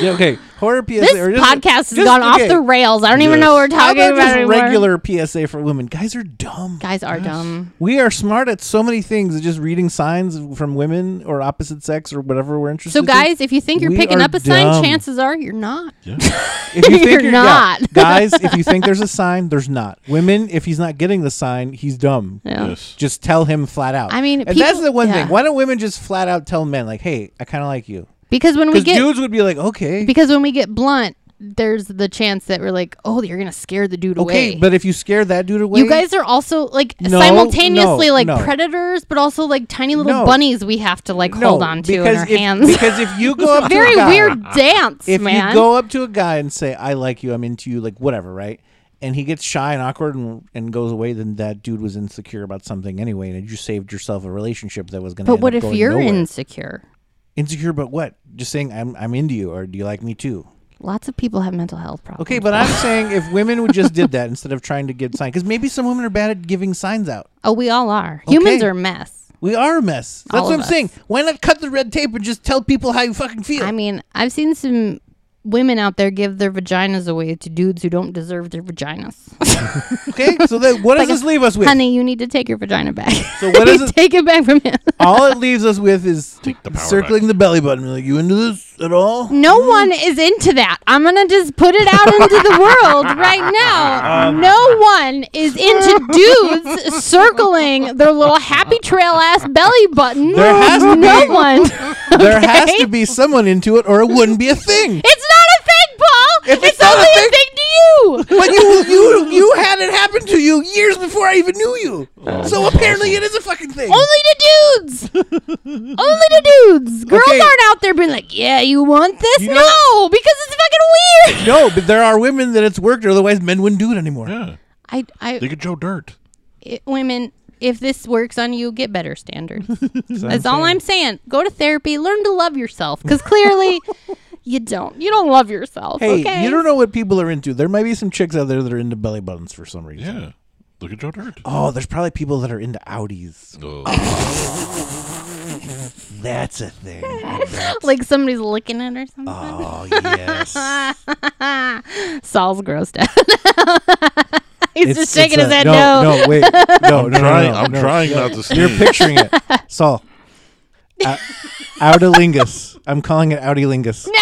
Speaker 1: Yeah, okay. Horror PSA.
Speaker 3: This
Speaker 1: or just-
Speaker 3: podcast has
Speaker 1: just-
Speaker 3: gone
Speaker 1: okay.
Speaker 3: off the rails. I don't even
Speaker 2: Yes.
Speaker 3: know what we're
Speaker 1: How
Speaker 3: talking
Speaker 1: about
Speaker 3: about
Speaker 1: just
Speaker 3: anymore.
Speaker 1: regular PSA for women? Guys are dumb.
Speaker 3: Guys are dumb.
Speaker 1: We are smart at so many things. Just reading signs from women or opposite sex or whatever we're interested.
Speaker 3: So
Speaker 1: in.
Speaker 3: guys, if you think you're
Speaker 1: We
Speaker 3: picking
Speaker 1: are
Speaker 3: up a sign,
Speaker 1: dumb.
Speaker 3: chances are you're not.
Speaker 1: [laughs]
Speaker 2: Yeah.
Speaker 1: if you
Speaker 3: [laughs] you're
Speaker 1: think yeah. [laughs]
Speaker 3: not.
Speaker 1: guys, if you think there's a sign, there's not. Women, if he's not getting the sign, he's dumb.
Speaker 3: Yeah.
Speaker 2: Yes.
Speaker 1: Just tell him flat out.
Speaker 3: I mean,
Speaker 1: and that's
Speaker 3: people-
Speaker 1: the one
Speaker 3: yeah.
Speaker 1: thing. Why don't women just flat out tell men like, "Hey, I kind of like you,"
Speaker 3: Because when we
Speaker 1: because
Speaker 3: get
Speaker 1: dudes would be like, "Okay,
Speaker 3: because when we get blunt, there's the chance that we're like, oh, you're gonna scare the dude away.
Speaker 1: okay," but if you scare that dude away,
Speaker 3: You guys are also like
Speaker 1: No,
Speaker 3: simultaneously
Speaker 1: no,
Speaker 3: like
Speaker 1: no.
Speaker 3: predators, but also like tiny little
Speaker 1: No.
Speaker 3: bunnies we have to like
Speaker 1: no,
Speaker 3: hold on to in
Speaker 1: because
Speaker 3: our
Speaker 1: if,
Speaker 3: hands.
Speaker 1: Because if you
Speaker 3: [laughs]
Speaker 1: go [laughs] up to
Speaker 3: Very
Speaker 1: a guy,
Speaker 3: weird dance,
Speaker 1: if
Speaker 3: man.
Speaker 1: you go up to a guy and say, "I like you, I'm into you," like whatever, right? And he gets shy and awkward and, and goes away. Then that dude was insecure about something anyway, and you saved yourself a relationship that was going to.
Speaker 3: but what if
Speaker 1: going
Speaker 3: you're
Speaker 1: nowhere.
Speaker 3: insecure?
Speaker 1: insecure about what? Just saying I'm I'm into you, or do you like me too?
Speaker 3: Lots of people have mental health problems.
Speaker 1: Okay, but I'm saying if women would just did that instead of trying to give signs, because maybe some women are bad at giving signs out.
Speaker 3: oh, we all are. Humans
Speaker 1: Okay.
Speaker 3: are a mess.
Speaker 1: We are a mess. That's
Speaker 3: All
Speaker 1: what
Speaker 3: of
Speaker 1: I'm
Speaker 3: us.
Speaker 1: saying. Why not cut the red tape and just tell people how you fucking feel?
Speaker 3: I mean, I've seen some women out there give their vaginas away to dudes who don't deserve their vaginas.
Speaker 1: okay, so then
Speaker 3: [laughs]
Speaker 1: what does this leave us with?
Speaker 3: Honey, you need to take your vagina back.
Speaker 1: So
Speaker 3: [laughs]
Speaker 1: what is
Speaker 3: You
Speaker 1: it-
Speaker 3: Take it back from him.
Speaker 1: All it leaves us with
Speaker 2: [laughs]
Speaker 1: is
Speaker 2: the power
Speaker 1: circling
Speaker 2: back.
Speaker 1: the belly button. Like, you into this at all?
Speaker 3: [laughs] No one is into that. I'm gonna just put it out into the world right now.
Speaker 1: Um,
Speaker 3: no one is into dudes circling their little happy trail ass belly button.
Speaker 1: There has to
Speaker 3: no
Speaker 1: be-
Speaker 3: one.
Speaker 1: There has
Speaker 3: okay?
Speaker 1: to be someone into it, or it wouldn't be a thing.
Speaker 3: It's not a thing, Paul.
Speaker 1: If it's not a
Speaker 3: only
Speaker 1: thing-
Speaker 3: a thing to you.
Speaker 1: But you, you, you had it happen to you years before I even knew you.
Speaker 2: Oh,
Speaker 1: so apparently, it is a fucking thing.
Speaker 3: Only to dudes. only to dudes. Girls
Speaker 1: Okay.
Speaker 3: aren't out there being like, "Yeah, you want this?"
Speaker 1: You
Speaker 3: no,
Speaker 1: know-
Speaker 3: because it's fucking weird.
Speaker 1: No, but there are women that it's worked, otherwise men wouldn't do it anymore.
Speaker 2: Yeah.
Speaker 3: I, I,
Speaker 2: They could Joe Dirt.
Speaker 3: i women, if this works on you, get
Speaker 1: [laughs]
Speaker 3: better standards. That's all I'm saying. Go to therapy, learn to love yourself,
Speaker 1: [laughs]
Speaker 3: because clearly you don't. You don't love yourself.
Speaker 1: Hey,
Speaker 3: okay?
Speaker 1: you don't know what people are into. There might be some chicks out there that are into belly buttons for some reason.
Speaker 2: Yeah. Look at Joe Dirt.
Speaker 1: Oh, there's probably people that are into Audis.
Speaker 2: Oh.
Speaker 1: That's a
Speaker 3: [laughs]
Speaker 1: thing.
Speaker 3: like somebody's licking it or something.
Speaker 1: oh yes.
Speaker 3: Saul's grossed out. [laughs] He's
Speaker 1: It's-
Speaker 3: just shaking
Speaker 1: it's
Speaker 3: his
Speaker 1: a-
Speaker 3: head.
Speaker 1: No, no,
Speaker 3: [laughs]
Speaker 1: wait. No, no,
Speaker 2: I'm
Speaker 1: no,
Speaker 2: trying.
Speaker 1: no,
Speaker 2: I'm
Speaker 1: no.
Speaker 2: trying not to sneeze.
Speaker 1: You're picturing it, [laughs] Saul. A- Audilingus. I'm calling it Audilingus.
Speaker 3: No!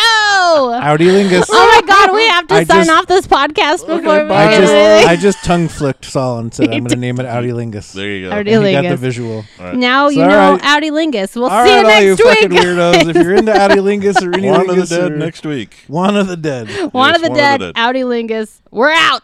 Speaker 1: Audilingus.
Speaker 3: Oh my God, we have to
Speaker 1: I
Speaker 3: sign
Speaker 1: just-
Speaker 3: off this podcast before we
Speaker 1: I
Speaker 3: get
Speaker 1: just,
Speaker 3: anything.
Speaker 1: I just tongue flicked Saul and
Speaker 3: [laughs]
Speaker 1: said I'm going to name it Audilingus.
Speaker 2: there you go.
Speaker 3: Already-
Speaker 1: And he got the
Speaker 3: Audilingus.
Speaker 1: visual.
Speaker 3: [laughs] Now you
Speaker 1: All
Speaker 3: know
Speaker 1: right.
Speaker 3: Audi Lingus. We'll
Speaker 1: All
Speaker 3: see
Speaker 1: right,
Speaker 3: you
Speaker 1: all you
Speaker 3: next
Speaker 1: fucking
Speaker 3: week. [laughs]
Speaker 1: weirdos. If you're into Audilingus or any
Speaker 2: One of
Speaker 1: Lingus
Speaker 2: the dead
Speaker 1: or-
Speaker 2: next week.
Speaker 1: One of the dead.
Speaker 3: One [laughs]
Speaker 2: Yes,
Speaker 3: of the
Speaker 2: one of the
Speaker 3: dead,
Speaker 2: dead.
Speaker 3: Audi Lingus. We're out.